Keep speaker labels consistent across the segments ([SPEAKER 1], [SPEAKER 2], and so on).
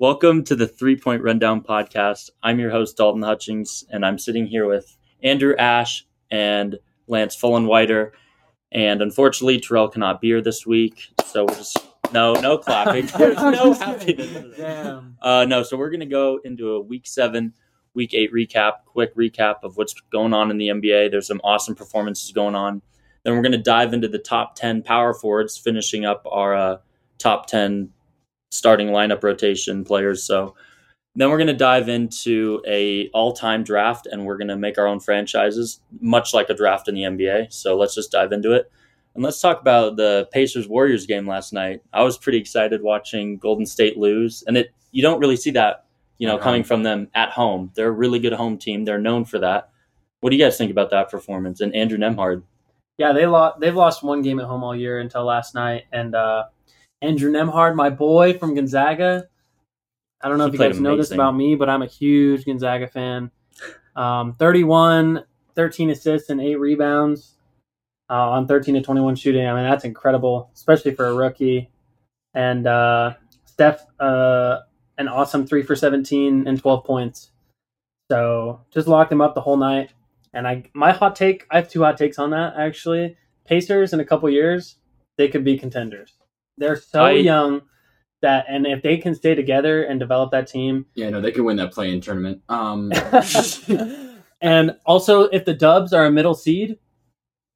[SPEAKER 1] Welcome to the Three Point Rundown podcast. I'm your host, Dalton Hutchings, and I'm sitting here with Andrew Ash and Lance Fullenwider. And unfortunately, Terrell cannot be here this week, so we're just no, no clapping. There's no happiness.
[SPEAKER 2] Damn.
[SPEAKER 1] Uh, no, so we're going to go into a week seven, week eight recap, quick recap of what's going on in the NBA. There's some awesome performances going on. Then we're going to dive into the top 10 power forwards, finishing up our uh, top 10 starting lineup rotation players. So then we're going to dive into a all-time draft and we're going to make our own franchises, much like a draft in the NBA. So let's just dive into it. And let's talk about the Pacers Warriors game last night. I was pretty excited watching Golden State lose, and it you don't really see that, you know,
[SPEAKER 2] Yeah.
[SPEAKER 1] coming from them at home. They're a really good home team. They're known for that. What do you guys think about that performance and Andrew Nemhard?
[SPEAKER 2] Yeah, they lost. They've lost one game at home all year until last night. And uh, Andrew Nemhard, my boy from Gonzaga. I don't know
[SPEAKER 1] He
[SPEAKER 2] if you
[SPEAKER 1] played
[SPEAKER 2] guys know this
[SPEAKER 1] amazing.
[SPEAKER 2] about me, but I'm a huge Gonzaga fan. Um, 31, 13 assists, and eight rebounds uh, on 13 to 21 shooting. I mean, that's incredible, especially for a rookie. And uh, Steph, uh, an awesome three for 17 and 12 points. So just locked him up the whole night. And I, my hot take, I have two hot takes on that actually. Pacers in a couple years, they could be contenders. They're so
[SPEAKER 1] I-
[SPEAKER 2] young that, and if they can stay together and develop that team,
[SPEAKER 3] Yeah, no, they could win that play-in tournament. Um,
[SPEAKER 2] and also if the Dubs are a middle seed,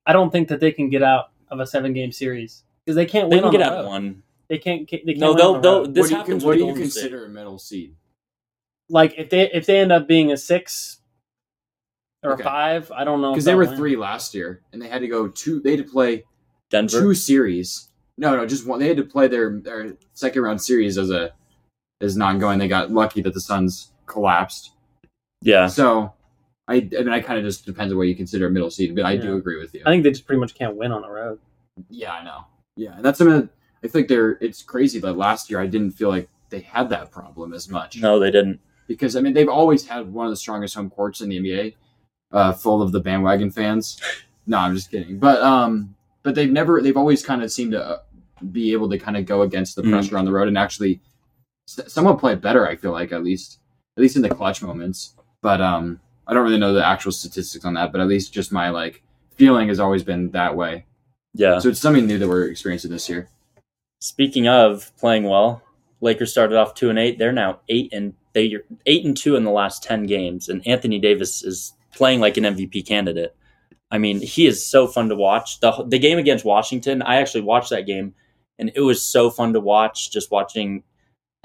[SPEAKER 2] I don't think that they can get out of a seven-game series because they can't
[SPEAKER 1] They
[SPEAKER 2] win.
[SPEAKER 1] can
[SPEAKER 2] on
[SPEAKER 1] get
[SPEAKER 2] the
[SPEAKER 1] out of
[SPEAKER 2] road.
[SPEAKER 1] one.
[SPEAKER 2] They can't. They can't
[SPEAKER 1] No,
[SPEAKER 2] win
[SPEAKER 1] they'll-
[SPEAKER 2] on the road.
[SPEAKER 1] they'll-
[SPEAKER 3] what
[SPEAKER 1] This
[SPEAKER 3] do you,
[SPEAKER 1] happens
[SPEAKER 3] con- what
[SPEAKER 1] with
[SPEAKER 3] do you
[SPEAKER 1] Golden State.
[SPEAKER 3] consider a middle seed?
[SPEAKER 2] like if they if they end up being a six or
[SPEAKER 3] Okay.
[SPEAKER 2] a five, I don't know if
[SPEAKER 3] Because they
[SPEAKER 2] they'll
[SPEAKER 3] were
[SPEAKER 2] win.
[SPEAKER 3] three last year, and they had to go two. They had to play
[SPEAKER 1] Denver.
[SPEAKER 3] two series. No, no, just one. They had to play their their second round series as a as an ongoing. They got lucky that the Suns collapsed.
[SPEAKER 1] Yeah.
[SPEAKER 3] So, I, I mean, I kind of just depends on what you consider a middle seed, but I do
[SPEAKER 2] Yeah.
[SPEAKER 3] agree with you.
[SPEAKER 2] I think they just pretty much can't win on the road.
[SPEAKER 3] yeah, I know. Yeah, and that's something. That I think they're. It's crazy that last year I didn't feel like they had that problem as much.
[SPEAKER 1] No, they didn't.
[SPEAKER 3] because I mean they've always had one of the strongest home courts in the NBA, uh, full of the bandwagon fans. no, I'm just kidding. But um, but they've never they've always kind of seemed to uh, be able to kind of go against the
[SPEAKER 1] Mm.
[SPEAKER 3] pressure on the road and actually s- somewhat play better. I feel like at least at least in the clutch moments. But um, I don't really know the actual statistics on that. But at least just my like feeling has always been that way.
[SPEAKER 1] Yeah.
[SPEAKER 3] So it's something new that we're experiencing this year.
[SPEAKER 1] Speaking of playing well, Lakers started off two and eight. They're now eight and they are eight and two in the last ten games, and Anthony Davis is playing like an MVP candidate. I mean, he is so fun to watch. the The game against Washington, I actually watched that game, and it was so fun to watch. Just watching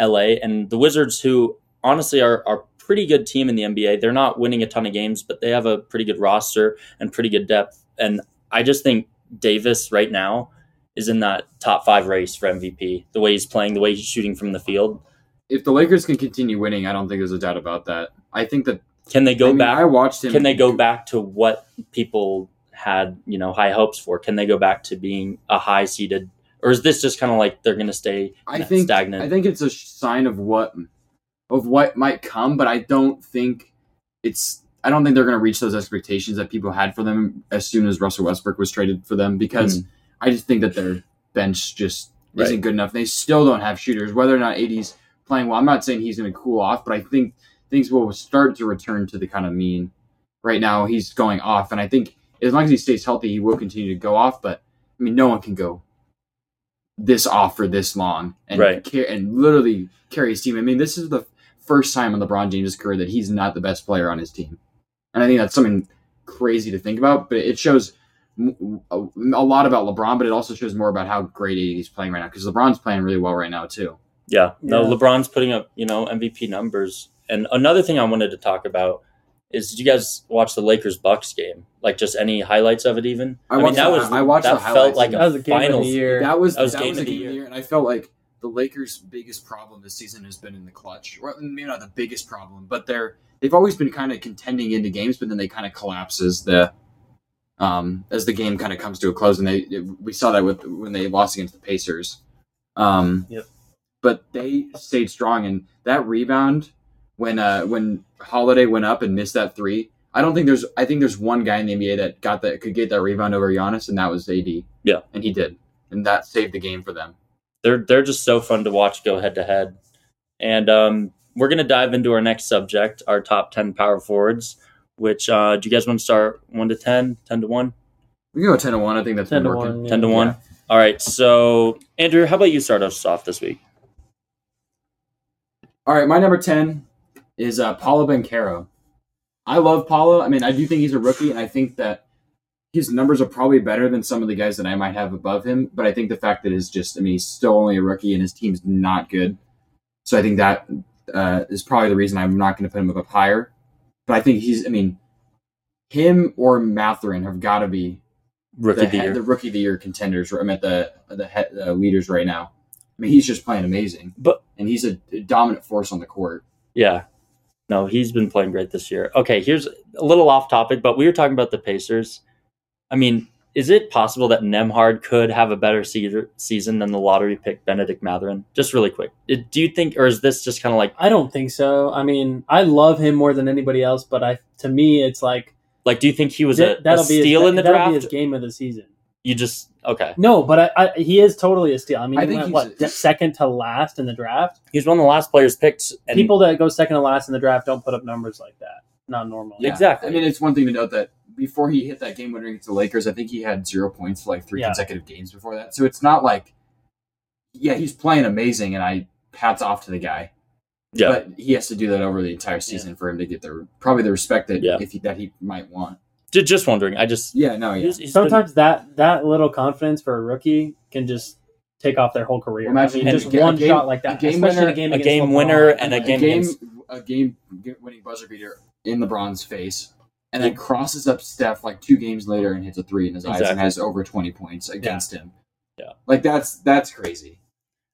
[SPEAKER 1] LA and the Wizards, who honestly are are a pretty good team in the NBA. They're not winning a ton of games, but they have a pretty good roster and pretty good depth. And I just think Davis right now is in that top five race for MVP. The way he's playing, the way he's shooting from the field.
[SPEAKER 3] If the Lakers can continue winning, I don't think there's a doubt about that. I think that
[SPEAKER 1] Can they go
[SPEAKER 3] I mean, I
[SPEAKER 1] back?
[SPEAKER 3] watched him.
[SPEAKER 1] Can they go back to what people had, you know, high hopes for? Can they go back to being a high seeded, or is this just kind of like they're going to stay
[SPEAKER 3] I
[SPEAKER 1] net-
[SPEAKER 3] think
[SPEAKER 1] stagnant?
[SPEAKER 3] I think it's a sh- sign of what of what might come, but I don't think it's. I don't think they're going to reach those expectations that people had for them as soon as Russell Westbrook was traded for them because I just think that their bench just isn't
[SPEAKER 1] Mm-hmm. Right.
[SPEAKER 3] good enough. They still don't have shooters, whether or not 80's playing well. I'm not saying he's going to cool off, but I think things will start to return to the kind of mean. Right now, he's going off, and I think as long as he stays healthy, he will continue to go off. But I mean, no one can go this off for this long and
[SPEAKER 1] Right.
[SPEAKER 3] ca- and literally carry his team. I mean, this is the first time in LeBron James' career that he's not the best player on his team, and I think that's something crazy to think about. But it shows m- a a lot about LeBron, but it also shows more about how great he's playing right now because LeBron's playing really well right now too.
[SPEAKER 1] Yeah. No,
[SPEAKER 2] Yeah.
[SPEAKER 1] LeBron's putting up, you know, MVP numbers. And another thing I wanted to talk about is did you guys watch the Lakers Bucks game? Like just any highlights of it even?
[SPEAKER 3] I watched the- I watched
[SPEAKER 1] that
[SPEAKER 3] the
[SPEAKER 1] felt
[SPEAKER 3] highlights.
[SPEAKER 1] like
[SPEAKER 2] That was
[SPEAKER 1] a
[SPEAKER 2] the game of the
[SPEAKER 1] finals.
[SPEAKER 2] year.
[SPEAKER 3] That was
[SPEAKER 1] That was game
[SPEAKER 3] the
[SPEAKER 1] of the
[SPEAKER 3] game
[SPEAKER 1] year.
[SPEAKER 3] of the year, and I felt like the Lakers' biggest problem this season has been in the clutch. Well, maybe not the biggest problem, but they're they've always been kind of contending into games, but then they kind of collapse as the um, as the game kind of comes to a close, and they we saw that with when they lost against the Pacers. Um,
[SPEAKER 2] Yep.
[SPEAKER 3] But they stayed strong, and that rebound when uh, when Holiday went up and missed that three. I don't think there's. I think there's one guy in the NBA that got that could get that rebound over Giannis, and that was AD.
[SPEAKER 1] Yeah.
[SPEAKER 3] and he did. and that saved the game for them.
[SPEAKER 1] They're they're just so fun to watch go head to head. And um, we're gonna dive into our next subject, our top ten power forwards. Which uh, do you guys want to start one to 10, 10 to one?
[SPEAKER 3] We can go ten to one. I think that's
[SPEAKER 2] 10
[SPEAKER 3] been
[SPEAKER 2] to
[SPEAKER 3] working.
[SPEAKER 2] 1. yeah.
[SPEAKER 1] Ten to one.
[SPEAKER 3] Yeah.
[SPEAKER 1] All right. So Andrew, how about you start us off this week?
[SPEAKER 3] All right, my number ten is uh, Paulo Bencaro. I love Paulo. I mean, I do think he's a rookie, and I think that his numbers are probably better than some of the guys that I might have above him. But I think the fact that is just, I mean, he's still only a rookie, and his team's not good. So I think that uh, is probably the reason I'm not going to put him up higher. But I think he's, I mean, him or Matherin have got to be
[SPEAKER 1] Rookie
[SPEAKER 3] the,
[SPEAKER 1] of the
[SPEAKER 3] head-
[SPEAKER 1] year.
[SPEAKER 3] the rookie of the year contenders. I'm at the the head, uh, leaders right now. I mean, he's just playing amazing,
[SPEAKER 1] But-
[SPEAKER 3] and he's a dominant force on the court.
[SPEAKER 1] Yeah. No, he's been playing great this year. Okay, here's a little off topic, but we were talking about the Pacers. I mean, is it possible that Nemhard could have a better se- season than the lottery pick Benedict Matherin? Just really quick. It- Do you think, or is this just kind of like
[SPEAKER 2] I don't think so. I mean, I love him more than anybody else, but I to me it's like
[SPEAKER 1] like? Do you think he was
[SPEAKER 2] that-
[SPEAKER 1] a, a steal
[SPEAKER 2] his,
[SPEAKER 1] in the
[SPEAKER 2] that'll be his
[SPEAKER 1] draft?
[SPEAKER 2] game of the season.
[SPEAKER 1] You just okay.
[SPEAKER 2] No, but I, I, he is totally a steal. I mean,
[SPEAKER 3] I
[SPEAKER 2] he
[SPEAKER 3] think
[SPEAKER 2] went,
[SPEAKER 3] he's
[SPEAKER 2] what
[SPEAKER 3] a-
[SPEAKER 2] second to last in the draft.
[SPEAKER 1] He's one of the last players picked. And
[SPEAKER 2] People that go second to last in the draft don't put up numbers like that. Not normal.
[SPEAKER 1] Yeah. Exactly.
[SPEAKER 3] I mean, it's one thing to note that before he hit that game winner against the Lakers, I think he had zero points for like three
[SPEAKER 2] Yeah.
[SPEAKER 3] consecutive games before that. So it's not like, yeah, he's playing amazing, and I hats off to the guy.
[SPEAKER 1] yeah,
[SPEAKER 3] But he has to do that over the entire season for him to get the probably the respect that
[SPEAKER 1] Yeah.
[SPEAKER 3] if he, that he might want.
[SPEAKER 1] Ju- just wondering. I just
[SPEAKER 3] Yeah, no, Oh, yeah.
[SPEAKER 1] he's- he's been-
[SPEAKER 2] Sometimes that that little confidence for a rookie can just take off their whole career.
[SPEAKER 3] Imagine
[SPEAKER 2] I mean,
[SPEAKER 1] and
[SPEAKER 2] just
[SPEAKER 3] a
[SPEAKER 2] one
[SPEAKER 3] game-
[SPEAKER 2] shot like
[SPEAKER 3] a
[SPEAKER 2] that,
[SPEAKER 3] game
[SPEAKER 2] especially
[SPEAKER 3] winner-
[SPEAKER 2] a game
[SPEAKER 1] a
[SPEAKER 2] against
[SPEAKER 1] game
[SPEAKER 2] LeBron.
[SPEAKER 1] winner and a game,
[SPEAKER 3] a game, a game winning buzzer beater in LeBron's face, and then crosses up Steph like two games later and hits a three in his eyes and
[SPEAKER 1] Exactly.
[SPEAKER 3] has over twenty points against him.
[SPEAKER 1] Yeah.
[SPEAKER 3] like that's that's crazy.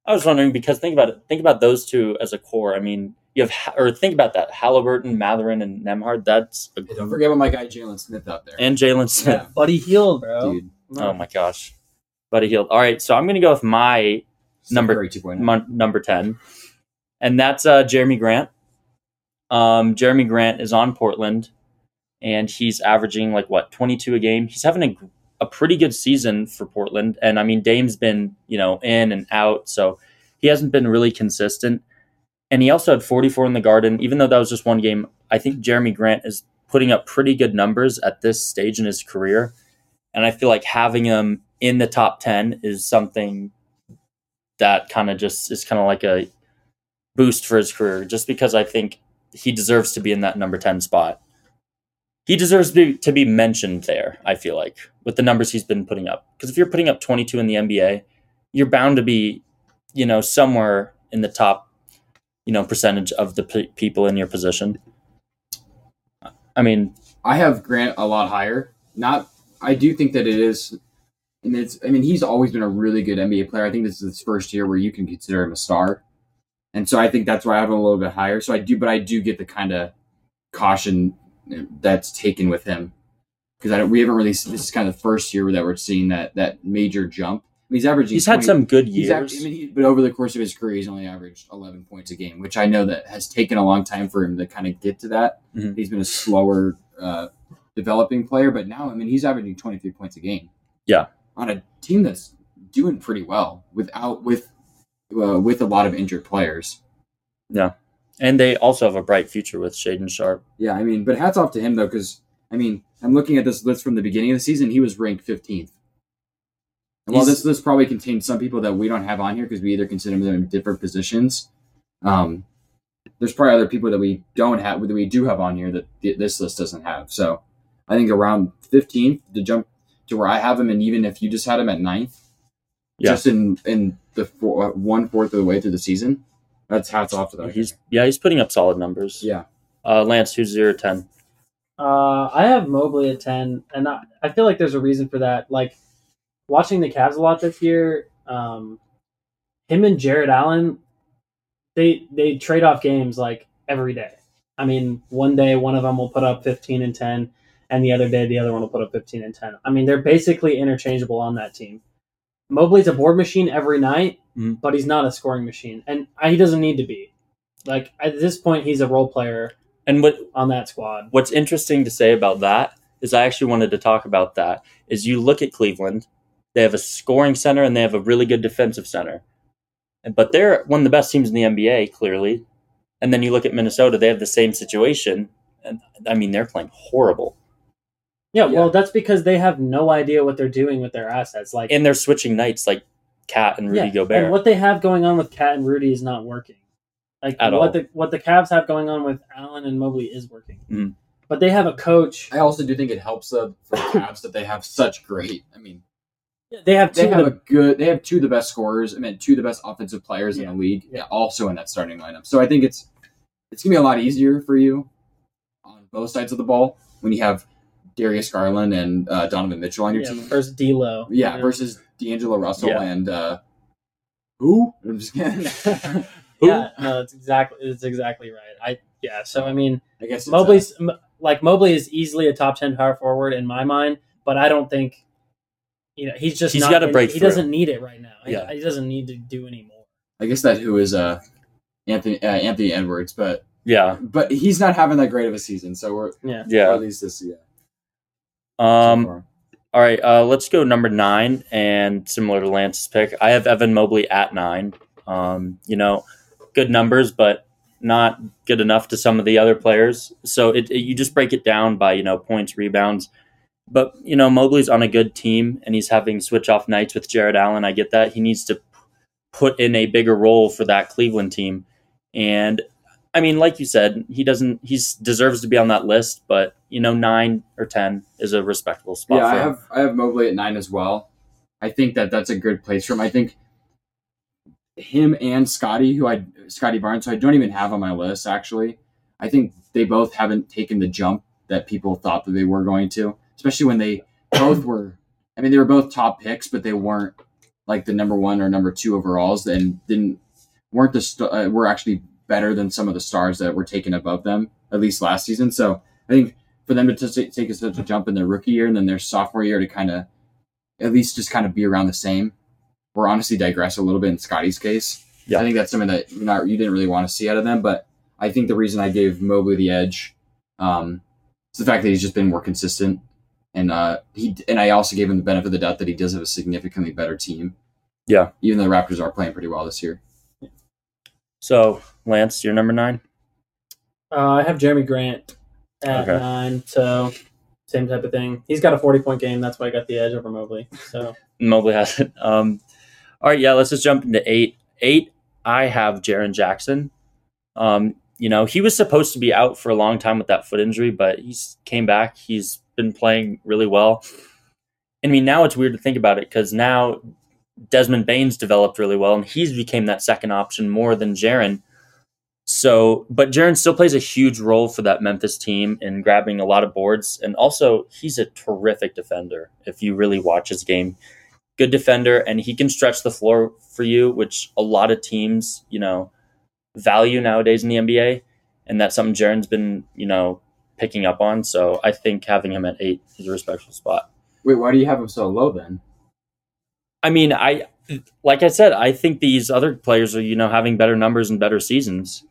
[SPEAKER 1] I was wondering because think about it. Think about those two as a core. I mean, you have Ha- or think about that Halliburton, Matherin, and Nemhard. That's a,
[SPEAKER 3] Hey, don't forget about my guy Jalen Smith out there.
[SPEAKER 1] and Jalen Smith.
[SPEAKER 2] Buddy Hield, bro.
[SPEAKER 3] dude,
[SPEAKER 1] Oh my gosh, Buddy Hield. All right, so I'm gonna go with my, Number-
[SPEAKER 3] two point oh. nine.
[SPEAKER 1] mon- number ten, and that's uh, Jeremy Grant. Um, Jeremy Grant is on Portland, and he's averaging like what 22 a game. He's having a a pretty good season for Portland, and I mean Dame's been you know in and out, so he hasn't been really consistent. And he also had 44 in the Garden, even though that was just one game. I think Jeremy Grant is putting up pretty good numbers at this stage in his career, and I feel like having him in the top 10 is something that kind of just is kind of like a boost for his career, just because I think he deserves to be in that number 10 spot. He deserves to be, to be mentioned there, I feel like, with the numbers he's been putting up. Because if you're putting up 22 in the NBA, you're bound to be, you know, somewhere in the top, you know, percentage of the p- people in your position. I mean,
[SPEAKER 3] I have Grant a lot higher. Not, I do think that it is, and it's. I mean, he's always been a really good NBA player. I think this is his first year where you can consider him a star, and so I think that's why I have him a little bit higher. So I do, but I do get the kind of caution that's taken with him because I don't. We haven't really. This is kind of the first year that we're seeing that that major jump. I mean, he's averaging.
[SPEAKER 1] he's had
[SPEAKER 3] 20
[SPEAKER 1] some good
[SPEAKER 3] He's
[SPEAKER 1] years.
[SPEAKER 3] averaged, I mean, he, but over the course of his career, he's only averaged 11 points a game, which I know that has taken a long time for him to kind of get to that.
[SPEAKER 1] Mhm.
[SPEAKER 3] He's been a slower uh, developing player, but now, I mean, he's averaging 23 points a game.
[SPEAKER 1] Yeah.
[SPEAKER 3] On a team that's doing pretty well without with uh, with a lot of injured players.
[SPEAKER 1] and they also have a bright future with Shaden Sharp.
[SPEAKER 3] Yeah, I mean, but hats off to him though, because I mean, I'm looking at this list from the beginning of the season. He was ranked 15th. And while
[SPEAKER 1] He's-
[SPEAKER 3] this list probably contains some people that we don't have on here because we either consider them in different positions, um, there's probably other people that we don't have that we do have on here that th- this list doesn't have. So I think around 15th to jump to where I have him, and even if you just had him at 9th,
[SPEAKER 1] Yeah.
[SPEAKER 3] just in in the four, one fourth of the way through the season, that's hats off to them.
[SPEAKER 1] He's yeah, he's putting up solid numbers.
[SPEAKER 3] yeah.
[SPEAKER 1] Uh, Lance, who's zero ten?
[SPEAKER 2] Uh, I have Mobley at ten, and I, I feel like there's a reason for that. Like watching the Cavs a lot this year, um, him and Jared Allen, they they trade off games like every day. I mean, one day one of them will put up 15 and 10, and the other day the other one will put up 15 and 10. I mean, they're basically interchangeable on that team. Mobley's a board machine every night,
[SPEAKER 1] Mhm.
[SPEAKER 2] but he's not a scoring machine, and I, he doesn't need to be. Like at this point, he's a role player
[SPEAKER 1] And what
[SPEAKER 2] on that squad.
[SPEAKER 1] what's interesting to say about that is I actually wanted to talk about that is you look at Cleveland They have a scoring center and they have a really good defensive center. But they're one of the best teams in the NBA, clearly. And then you look at Minnesota; they have the same situation, and I mean they're playing horrible,
[SPEAKER 2] Yeah,
[SPEAKER 3] Yeah.
[SPEAKER 2] well, that's because they have no idea what they're doing with their assets. Like
[SPEAKER 1] and they're switching nights like Cat and Rudy
[SPEAKER 2] Yeah,
[SPEAKER 1] Gobert.
[SPEAKER 2] And what they have going on with Cat and Rudy is not working. Like
[SPEAKER 1] At
[SPEAKER 2] what
[SPEAKER 1] all.
[SPEAKER 2] the what the Cavs have going on with Allen and Mobley is working.
[SPEAKER 1] Mm.
[SPEAKER 2] But they have a coach.
[SPEAKER 3] I also do think it helps uh, for the Cavs that they have such great. I mean,
[SPEAKER 2] They have
[SPEAKER 3] they
[SPEAKER 2] two
[SPEAKER 3] have
[SPEAKER 2] of
[SPEAKER 3] a
[SPEAKER 2] the
[SPEAKER 3] good. They have two of the best scorers. I mean, two of the best offensive players in the league.
[SPEAKER 2] Yeah.
[SPEAKER 3] also in that starting lineup. So I think it's it's gonna be a lot easier for you on both sides of the ball when you have Darius Garland and uh, Donovan Mitchell on your
[SPEAKER 2] yeah,
[SPEAKER 3] team.
[SPEAKER 2] first D'Lo.
[SPEAKER 3] yeah,
[SPEAKER 2] you know?
[SPEAKER 3] versus D'Angelo Russell
[SPEAKER 1] Yeah.
[SPEAKER 3] and uh, who? I'm just kidding.
[SPEAKER 1] Who?
[SPEAKER 2] yeah, no, it's exactly it's exactly right. I yeah, so I mean
[SPEAKER 3] I guess it's, uh,
[SPEAKER 2] Mobley's m like Mobley is easily a top ten power forward in my mind, but I don't think you know he's just
[SPEAKER 1] He's
[SPEAKER 2] not
[SPEAKER 1] gotta
[SPEAKER 2] in-
[SPEAKER 1] break
[SPEAKER 2] He
[SPEAKER 1] through.
[SPEAKER 2] doesn't need it right now. He-
[SPEAKER 1] Yeah.
[SPEAKER 2] he, doesn't need to do anymore.
[SPEAKER 3] I guess that who is uh, Anthony uh, Anthony Edwards, but
[SPEAKER 1] yeah,
[SPEAKER 3] but he's not having that great of a season. So we're
[SPEAKER 2] Yeah,
[SPEAKER 3] or
[SPEAKER 1] yeah.
[SPEAKER 3] at least this yeah.
[SPEAKER 1] Um,
[SPEAKER 3] so far.
[SPEAKER 1] All right, uh, let's go number nine, and similar to Lance's pick, I have Evan Mobley at nine. Um, you know, good numbers, but not good enough to some of the other players. So it, it- you just break it down by you know points, rebounds. But you know Mobley's on a good team, and he's having switch off nights with Jared Allen. I get that he needs to p- put in a bigger role for that Cleveland team, and I mean, like you said, he doesn't. He deserves to be on that list, but you know, nine or ten is a respectable spot.
[SPEAKER 3] Yeah,
[SPEAKER 1] for
[SPEAKER 3] I
[SPEAKER 1] him.
[SPEAKER 3] have I have Mobley at nine as well. I think that that's a good place for him. I think him and Scotty, who I Scotty Barnes, who I don't even have on my list actually. I think they both haven't taken the jump that people thought that they were going to, especially when they both were. I mean, they were both top picks, but they weren't like the number one or number two overalls, and didn't weren't the st- uh, were actually better than some of the stars that were taken above them at least last season. So I think for them to just take- take such a jump in their rookie year and then their sophomore year to kind of at least just kind of be around the same or honestly digress a little bit in Scotty's case.
[SPEAKER 1] Yeah.
[SPEAKER 3] I think that's something that you're not you didn't really want to see out of them, but I think the reason I gave Mobley the edge um, is the fact that he's just been more consistent, and uh, he and I also gave him the benefit of the doubt that he does have a significantly better team.
[SPEAKER 1] Yeah.
[SPEAKER 3] even though the Raptors are playing pretty well this year.
[SPEAKER 1] So, Lance, you're number nine.
[SPEAKER 2] Uh, I have Jeremy Grant at
[SPEAKER 1] Okay.
[SPEAKER 2] nine, so same type of thing. He's got a forty-point game. That's why I got the edge over Mobley. So
[SPEAKER 1] Mobley has it. Um, all right, yeah, let's just jump into eight. Eight, I have Jaron Jackson. Um, you know, he was supposed to be out for a long time with that foot injury, but he's came back. He's been playing really well. I mean, now it's weird to think about it because now Desmond Baines developed really well, and he's became that second option more than Jaron. So, but Jaron still plays a huge role for that Memphis team in grabbing a lot of boards, and also he's a terrific defender. If you really watch his game, good defender, and he can stretch the floor for you, which a lot of teams, you know, value nowadays in the NBA, and that's something Jaron's been, you know, picking up on. So, I think having him at eight is a respectful spot.
[SPEAKER 3] Wait, why do you have him so low then?
[SPEAKER 1] I mean, I like I said, I think these other players are you know having better numbers and better seasons.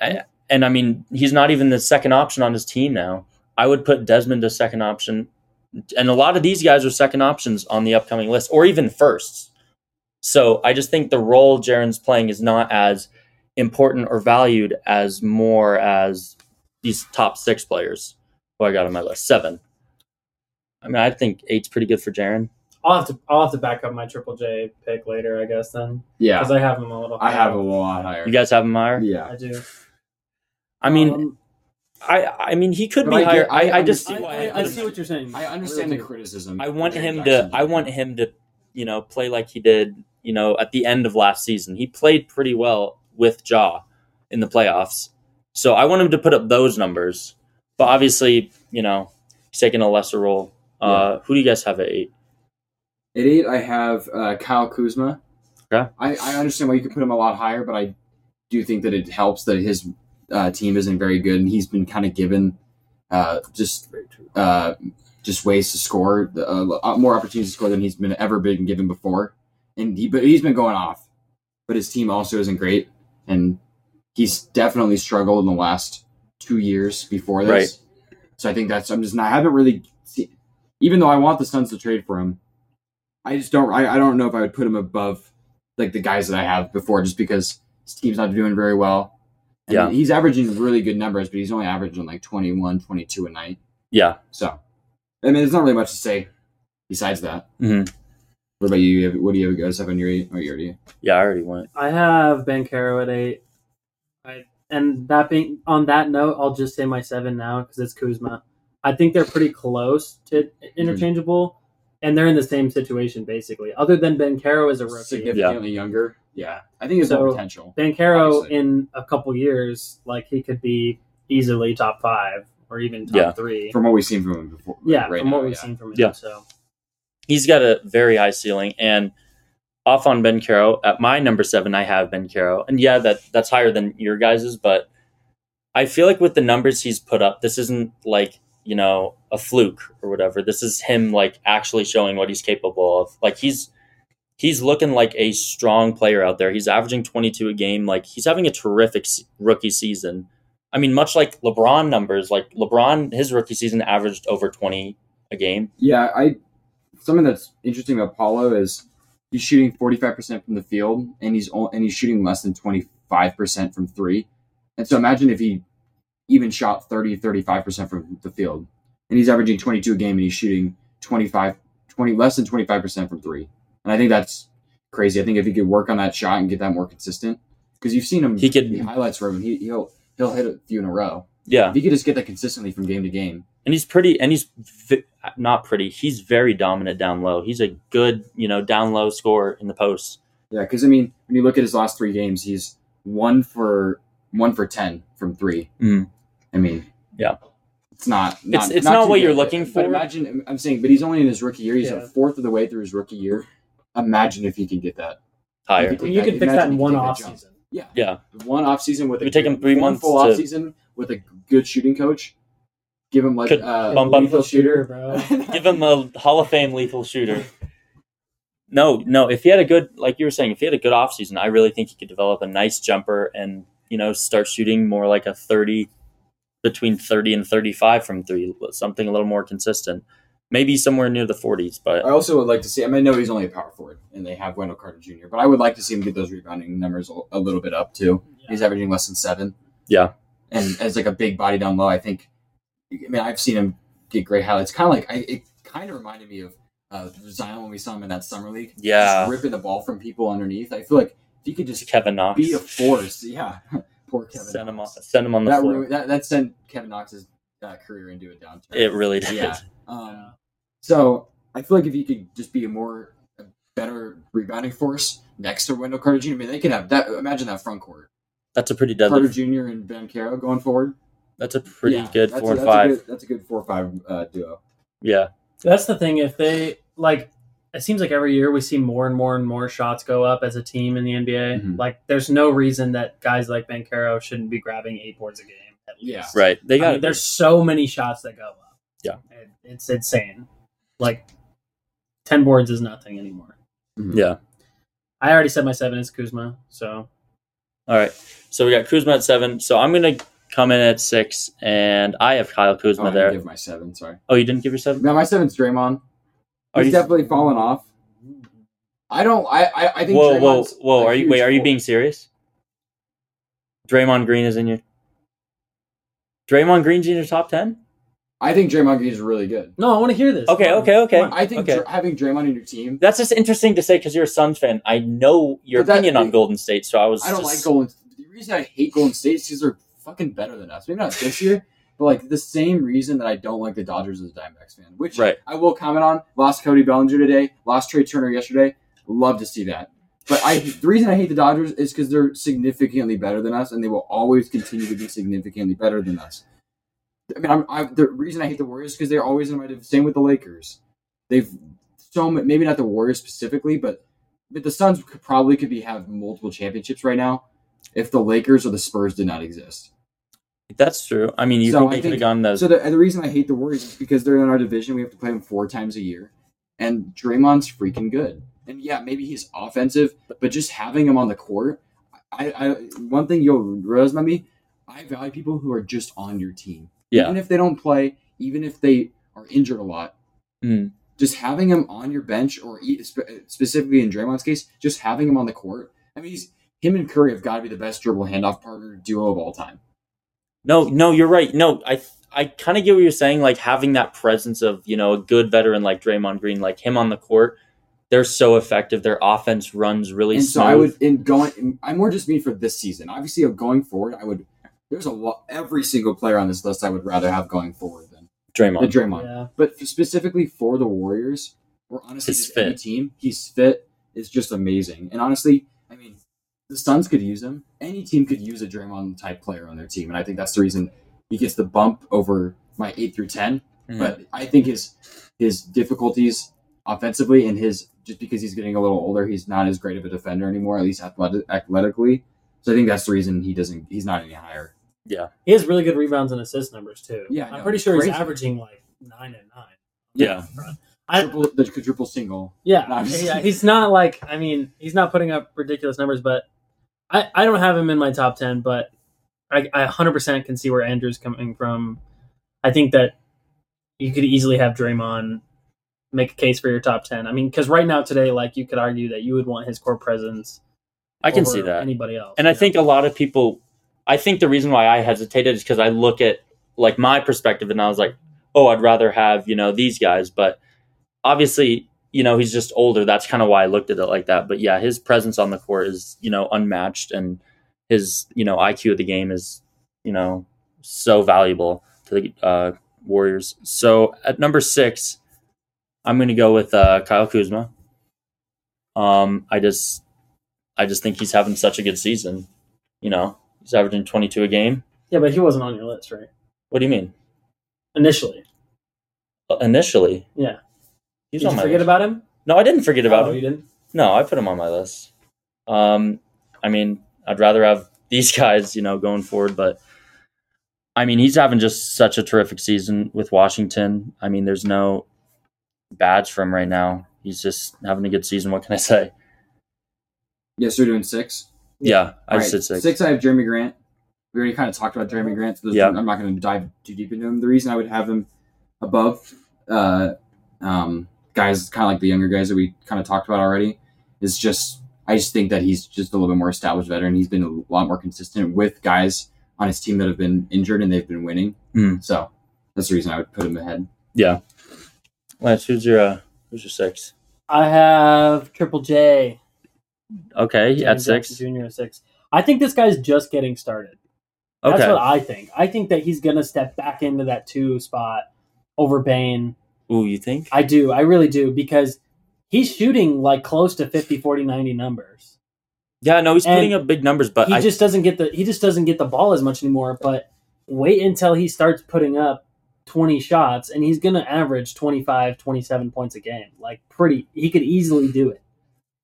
[SPEAKER 1] I, and I mean, he's not even the second option on his team now. I would put Desmond as second option, and a lot of these guys are second options on the upcoming list, or even firsts. So I just think the role Jaron's playing is not as important or valued as more as these top six players who I got on my list. Seven. I mean, I think eight's pretty good for Jaron.
[SPEAKER 2] I'll have to I'll have to back up my Triple J pick later, I guess then,
[SPEAKER 3] Yeah,
[SPEAKER 2] because I have him a little.
[SPEAKER 3] I have
[SPEAKER 2] higher.
[SPEAKER 3] him a lot higher.
[SPEAKER 1] You guys have him higher.
[SPEAKER 3] yeah,
[SPEAKER 2] I do.
[SPEAKER 1] I mean,
[SPEAKER 2] Um,
[SPEAKER 1] I I mean he could
[SPEAKER 3] But
[SPEAKER 1] be
[SPEAKER 3] I
[SPEAKER 1] higher.
[SPEAKER 3] get-
[SPEAKER 1] I,
[SPEAKER 3] I
[SPEAKER 1] I, just
[SPEAKER 2] I,
[SPEAKER 1] see why.
[SPEAKER 2] I, I see what you're saying.
[SPEAKER 3] I understand
[SPEAKER 2] really
[SPEAKER 3] the
[SPEAKER 2] do.
[SPEAKER 3] criticism.
[SPEAKER 1] I want
[SPEAKER 3] Jaron
[SPEAKER 1] him to.
[SPEAKER 3] Jackson.
[SPEAKER 1] I want him to. You know, play like he did. You know, at the end of last season, he played pretty well with Jaw in the playoffs. So I want him to put up those numbers. But obviously, you know, he's taking a lesser role. Uh, Who do you guys have at eight?
[SPEAKER 3] At eight, I have uh, Kyle Kuzma.
[SPEAKER 1] Yeah.
[SPEAKER 3] I, I understand why you could put him a lot higher, but I do think that it helps that his uh, team isn't very good, and he's been kind of given uh, just uh, just ways to score, uh, more opportunities to score than he's been ever been given before. And he, but he's been going off, but his team also isn't great, and he's definitely struggled in the last two years before this.
[SPEAKER 1] Right.
[SPEAKER 3] So I think that's I'm just not, I haven't really, see, even though I want the Suns to trade for him, I just don't. I, I don't know if I would put him above like the guys that I have before, just because his team's not doing very well. And
[SPEAKER 1] Yeah.
[SPEAKER 3] he's averaging really good numbers, but he's only averaging like 21, 22 a night.
[SPEAKER 1] Yeah.
[SPEAKER 3] So, I mean, there's not really much to say besides that.
[SPEAKER 1] Mhm.
[SPEAKER 3] What about you? You have- What do you have guys have on your eight? Oh, you already.
[SPEAKER 1] Yeah, I already went.
[SPEAKER 2] I have Bankero at eight. I, and that being on that note, I'll just say my seven now because it's Kuzma. I think they're pretty close to interchangeable, and they're in the same situation basically. Other than Bankero is a rookie,
[SPEAKER 3] Significantly younger. Yeah, I think it's more
[SPEAKER 2] So-
[SPEAKER 3] potential.
[SPEAKER 2] Bankero
[SPEAKER 3] Obviously.
[SPEAKER 2] in a couple years, like he could be easily top five or even top
[SPEAKER 1] Yeah.
[SPEAKER 2] three.
[SPEAKER 3] from what we've seen from him before.
[SPEAKER 2] yeah,
[SPEAKER 3] right
[SPEAKER 2] from
[SPEAKER 3] now,
[SPEAKER 2] what we've
[SPEAKER 3] yeah.
[SPEAKER 2] seen from him.
[SPEAKER 1] Yeah.
[SPEAKER 2] So
[SPEAKER 1] He's got a very high ceiling and off on Ben Caro at my number seven I have Ben Caro. And yeah, that that's higher than your guys's, but I feel like with the numbers he's put up, this isn't like, you know, a fluke or whatever. This is him like actually showing what he's capable of. Like he's he's looking like a strong player out there. He's averaging 22 a game. Like he's having a terrific s- rookie season. I mean, much like LeBron numbers, like LeBron, his rookie season averaged over 20 a game.
[SPEAKER 3] Yeah, I something that's interesting about Paulo is he's shooting forty five percent from the field, and he's on- and he's shooting less than twenty five percent from three. And so imagine if he even shot 30 35 percent from the field, and he's averaging twenty two a game, and he's shooting 25, 20 less than twenty five percent from three. And I think that's crazy. I think if he could work on that shot and get that more consistent, because you've seen him,
[SPEAKER 1] He could-
[SPEAKER 3] the highlights for him. He, he'll he'll hit a few in a row.
[SPEAKER 1] Yeah.
[SPEAKER 3] If he could just get that consistently from game to game.
[SPEAKER 1] and he's pretty and he's v- not pretty he's very dominant down low he's a good you know down low scorer in the post
[SPEAKER 3] Yeah, because I mean, when you look at his last three games, he's one for one for ten from three.
[SPEAKER 1] Mhm.
[SPEAKER 3] I mean,
[SPEAKER 1] Yeah.
[SPEAKER 3] it's not. not
[SPEAKER 1] It's- it's
[SPEAKER 3] not
[SPEAKER 1] not
[SPEAKER 3] too
[SPEAKER 1] what you're
[SPEAKER 3] good,
[SPEAKER 1] looking
[SPEAKER 3] but
[SPEAKER 1] for.
[SPEAKER 3] imagine I'm saying, but he's only in his rookie year. He's
[SPEAKER 2] Yeah.
[SPEAKER 3] a fourth of the way through his rookie year. Imagine if he can get that.
[SPEAKER 1] higher
[SPEAKER 3] Well,
[SPEAKER 2] you
[SPEAKER 3] I
[SPEAKER 2] can fix that
[SPEAKER 3] imagine
[SPEAKER 2] in
[SPEAKER 3] you
[SPEAKER 2] one
[SPEAKER 3] take that
[SPEAKER 2] off
[SPEAKER 3] jump.
[SPEAKER 2] season.
[SPEAKER 1] yeah
[SPEAKER 3] One off season with
[SPEAKER 1] It
[SPEAKER 3] a
[SPEAKER 1] would take him three
[SPEAKER 3] one
[SPEAKER 1] months
[SPEAKER 3] full
[SPEAKER 1] to-
[SPEAKER 3] off season with a good shooting coach. Give him like
[SPEAKER 1] Could
[SPEAKER 3] uh,
[SPEAKER 1] bump up-
[SPEAKER 3] lethal shooter.
[SPEAKER 2] bro.
[SPEAKER 1] give him a hall of fame lethal shooter no no if he had a good like you were saying if he had a good offseason i really think he could develop a nice jumper and you know start shooting more like a 30 between 30 and 35 from three something a little more consistent maybe somewhere near the 40s but
[SPEAKER 3] I also would like to see. I mean, I know he's only a power forward, and they have Wendell Carter Jr., but I would like to see him get those rebounding numbers a- a little bit up too.
[SPEAKER 2] Yeah.
[SPEAKER 3] He's averaging less than seven.
[SPEAKER 1] Yeah.
[SPEAKER 3] And as like a big body down low, I think. I mean, I've seen him get great highlights. Kind of like I, it kind of reminded me of uh, Zion when we saw him in that summer league.
[SPEAKER 1] yeah
[SPEAKER 3] Just ripping the ball from people underneath. I feel like if you could just
[SPEAKER 1] kevin knox
[SPEAKER 3] be a force, yeah. Poor Kevin.
[SPEAKER 1] send him on,
[SPEAKER 3] Knox.
[SPEAKER 1] send him on the
[SPEAKER 3] That,
[SPEAKER 1] floor
[SPEAKER 3] ru- that that sent Kevin Knox's uh, career into a downturn.
[SPEAKER 1] it really did
[SPEAKER 3] Yeah. Um, so I feel like if you could just be a more a better rebounding force next to Wendell Carter Jr., I mean, they could have that. Imagine that front court.
[SPEAKER 1] that's a pretty deadly
[SPEAKER 3] Carter Jr. and Van Caro going forward.
[SPEAKER 1] That's a pretty
[SPEAKER 3] Yeah,
[SPEAKER 1] good
[SPEAKER 3] that's
[SPEAKER 1] four
[SPEAKER 3] a,
[SPEAKER 1] and
[SPEAKER 3] that's
[SPEAKER 1] five.
[SPEAKER 3] A good, that's a good four or five uh, duo.
[SPEAKER 1] yeah.
[SPEAKER 2] That's the thing. If they like, it seems like every year we see more and more and more shots go up as a team in the NBA.
[SPEAKER 1] Mm-hmm.
[SPEAKER 3] Mhm.
[SPEAKER 2] Like, there's no reason that guys like Bankero shouldn't be grabbing eight boards a game. At least.
[SPEAKER 3] Yeah.
[SPEAKER 1] Right. They
[SPEAKER 2] I
[SPEAKER 1] got
[SPEAKER 2] mean, there's so many shots that go up.
[SPEAKER 1] Yeah.
[SPEAKER 2] It, it's insane. Like, ten boards is nothing anymore.
[SPEAKER 3] Mm-hmm.
[SPEAKER 1] yeah.
[SPEAKER 2] I already said my seven is Kuzma, so
[SPEAKER 1] All right. So we got Kuzma at seven. So I'm gonna come in at six and I have Kyle
[SPEAKER 3] Oh,
[SPEAKER 1] Kuzma
[SPEAKER 3] I didn't
[SPEAKER 1] there.
[SPEAKER 3] give my seven. Sorry.
[SPEAKER 1] oh, you didn't give your seven?
[SPEAKER 3] No, my seven's Draymond.
[SPEAKER 1] Are
[SPEAKER 3] He's
[SPEAKER 1] you
[SPEAKER 3] definitely fallen off. I don't. I. I, I think.
[SPEAKER 1] Whoa, whoa,
[SPEAKER 3] Draymond's
[SPEAKER 1] whoa,
[SPEAKER 3] a
[SPEAKER 1] are you
[SPEAKER 3] huge
[SPEAKER 1] wait, are you
[SPEAKER 3] force.
[SPEAKER 1] being serious? Draymond Green is in your Draymond Green's in your top ten?
[SPEAKER 3] I think Draymond Green is really good.
[SPEAKER 2] no, I want to hear this.
[SPEAKER 1] Okay,
[SPEAKER 2] Come on.
[SPEAKER 1] okay, okay.
[SPEAKER 2] Come on.
[SPEAKER 3] I think
[SPEAKER 1] Okay.
[SPEAKER 3] Dr- having Draymond in your team.
[SPEAKER 1] That's just interesting to say because you're a Suns fan. I know your
[SPEAKER 3] But that-
[SPEAKER 1] opinion on Golden State, so I was
[SPEAKER 3] I don't
[SPEAKER 1] just-
[SPEAKER 3] like Golden. The reason I hate Golden State is because they're fucking better than us. Maybe not this year, but like the same reason that I don't like the Dodgers as a Diamondbacks fan, which
[SPEAKER 1] Right.
[SPEAKER 3] I will comment on. Lost Cody Bellinger today. Lost Trey Turner yesterday. Love to see that. But I, the reason I hate the Dodgers is because they're significantly better than us, and they will always continue to be significantly better than us. I mean, I'm, I, the reason I hate the Warriors is because they're always in my div- same with the Lakers. They've so ma- maybe not the Warriors specifically, but but the Suns could probably could be have multiple championships right now if the Lakers or the Spurs did not exist.
[SPEAKER 1] That's true. I mean you
[SPEAKER 3] So I
[SPEAKER 1] probably could
[SPEAKER 3] think-
[SPEAKER 1] have gone those
[SPEAKER 3] So the, the reason I hate the Warriors is because they're in our division. We have to play them four times a year, and Draymond's freaking good. And yeah, maybe he's offensive, but just having him on the court, I, I one thing you'll realize about me, I value people who are just on your team.
[SPEAKER 1] Yeah.
[SPEAKER 3] Even if they don't play, even if they are injured a lot,
[SPEAKER 1] Mm.
[SPEAKER 3] just having him on your bench or e- spe- specifically in Draymond's case, just having him on the court. I mean, he's, him and Curry have got to be the best dribble handoff partner duo of all time.
[SPEAKER 1] No, no, you're right. No, I I kind of get what you're saying. Like having that presence of you know a good veteran like Draymond Green, like him on the court, they're so effective. Their offense runs really
[SPEAKER 3] and
[SPEAKER 1] smooth.
[SPEAKER 3] so I would in going. I more just mean for this season. Obviously, going forward, I would. There's a lot. Every single player on this list, I would rather have going forward than the
[SPEAKER 1] Draymond,
[SPEAKER 3] Draymond.
[SPEAKER 2] Yeah.
[SPEAKER 3] But specifically for the Warriors, or honestly,
[SPEAKER 1] He's
[SPEAKER 3] just any
[SPEAKER 1] fit.
[SPEAKER 3] team, he's fit is just amazing. And honestly, I mean, the Suns could use him. Any team could use a Draymond type player on their team, and I think that's the reason he gets the bump over my eight through 10
[SPEAKER 1] Mhm.
[SPEAKER 3] But I think his his difficulties offensively and his just because he's getting a little older, he's not as great of a defender anymore, at least athletic, athletically. So I think that's the reason he doesn't. He's not any higher.
[SPEAKER 2] He has really good rebounds and assist numbers too.
[SPEAKER 3] Yeah, I
[SPEAKER 2] I'm
[SPEAKER 3] know.
[SPEAKER 2] pretty sure he's
[SPEAKER 3] Crazy.
[SPEAKER 2] averaging like nine and nine.
[SPEAKER 1] yeah,
[SPEAKER 2] I-
[SPEAKER 3] triple, the triple single.
[SPEAKER 2] Yeah,
[SPEAKER 3] No, I'm just-
[SPEAKER 2] yeah, he's not like I mean, he's not putting up ridiculous numbers, but I, I don't have him in my top ten, but I I hundred percent can see where Andrew's coming from. I think that you could easily have Draymond make a case for your top ten. I mean, because right now today, like you could argue that you would want his core presence.
[SPEAKER 1] I can
[SPEAKER 2] over
[SPEAKER 1] see that.
[SPEAKER 2] Anybody else?
[SPEAKER 1] And I
[SPEAKER 2] you know?
[SPEAKER 1] think a lot of people, I think the reason why I hesitated is because I look at like my perspective and I was like, oh, I'd rather have, you know, these guys. But obviously, you know, he's just older. That's kind of why I looked at it like that. But yeah, his presence on the court is, you know, unmatched and his, you know, IQ of the game is, you know, so valuable to the uh, Warriors. So at number six, I'm going to go with uh, Kyle Kuzma. Um, I just I just think he's having such a good season. You know, he's averaging 22 a game.
[SPEAKER 2] yeah, but he wasn't on your list, right?
[SPEAKER 1] What do you mean?
[SPEAKER 2] Initially,
[SPEAKER 1] Uh, Initially,
[SPEAKER 2] Yeah.
[SPEAKER 1] he's
[SPEAKER 2] did
[SPEAKER 1] on
[SPEAKER 2] you
[SPEAKER 1] my
[SPEAKER 2] forget
[SPEAKER 1] list.
[SPEAKER 2] about him?
[SPEAKER 1] no, I didn't forget about
[SPEAKER 2] oh,
[SPEAKER 1] him.
[SPEAKER 2] you didn't.
[SPEAKER 1] No, I put him on my list. Um, I mean, I'd rather have these guys, you know, going forward, but I mean, he's having just such a terrific season with Washington. I mean, there's no badge for him right now. He's just having a good season. What can I say?
[SPEAKER 3] Yes, we're doing six.
[SPEAKER 1] Yeah, I
[SPEAKER 3] All
[SPEAKER 1] just
[SPEAKER 3] right,
[SPEAKER 1] said six.
[SPEAKER 3] I have Jeremy Grant. We already kind of talked about Jeremy Grant, so those-
[SPEAKER 1] Yeah.
[SPEAKER 3] I'm not going to dive too deep into him. The reason I would have him above uh, um, guys, kind of like the younger guys that we kind of talked about already, is just I just think that he's just a little bit more established veteran. He's been a lot more consistent with guys on his team that have been injured and they've been winning.
[SPEAKER 1] Mm.
[SPEAKER 3] So that's the reason I would put him ahead.
[SPEAKER 1] Lance, who's your uh, who's your six?
[SPEAKER 2] I have Triple J.
[SPEAKER 1] Okay,
[SPEAKER 2] Jaren
[SPEAKER 1] at six.
[SPEAKER 2] Jackson Jr. at six. I think this guy's just getting started.
[SPEAKER 1] Okay,
[SPEAKER 2] That's what I think. I think that he's going to step back into that two spot over Bain.
[SPEAKER 1] Ooh, you think?
[SPEAKER 2] I do. I really do because he's shooting like close to 50, 40, 90 numbers.
[SPEAKER 1] yeah, no, he's
[SPEAKER 2] And
[SPEAKER 1] putting up big numbers, but
[SPEAKER 2] he
[SPEAKER 1] I,
[SPEAKER 2] just doesn't get the he just doesn't get the ball as much anymore, but wait until he starts putting up 20 shots and he's going to average 25, 27 points a game. Like pretty he could easily do it.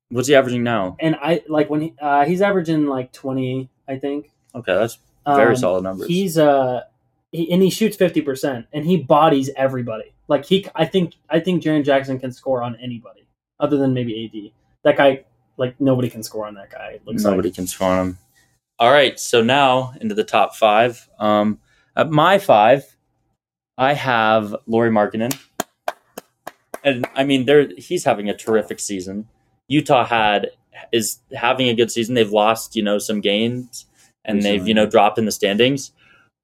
[SPEAKER 1] what's he averaging now?
[SPEAKER 2] And I like when he, uh, he's averaging like 20, I think.
[SPEAKER 1] Okay, that's very
[SPEAKER 2] Um,
[SPEAKER 1] solid numbers.
[SPEAKER 2] He's uh he, and he shoots fifty percent, and he bodies everybody. Like he, I think, I think Jaron Jackson can score on anybody other than maybe AD. That guy, like nobody can score on that guy. It looks
[SPEAKER 1] Nobody can score on him. All right, so now into the top five. Um, at my five, I have Laurie Markkinen, and I mean, there he's having a terrific season. Utah had is having a good season. They've lost, you know, some games, and they've
[SPEAKER 3] Recently.
[SPEAKER 1] you know dropped in the standings.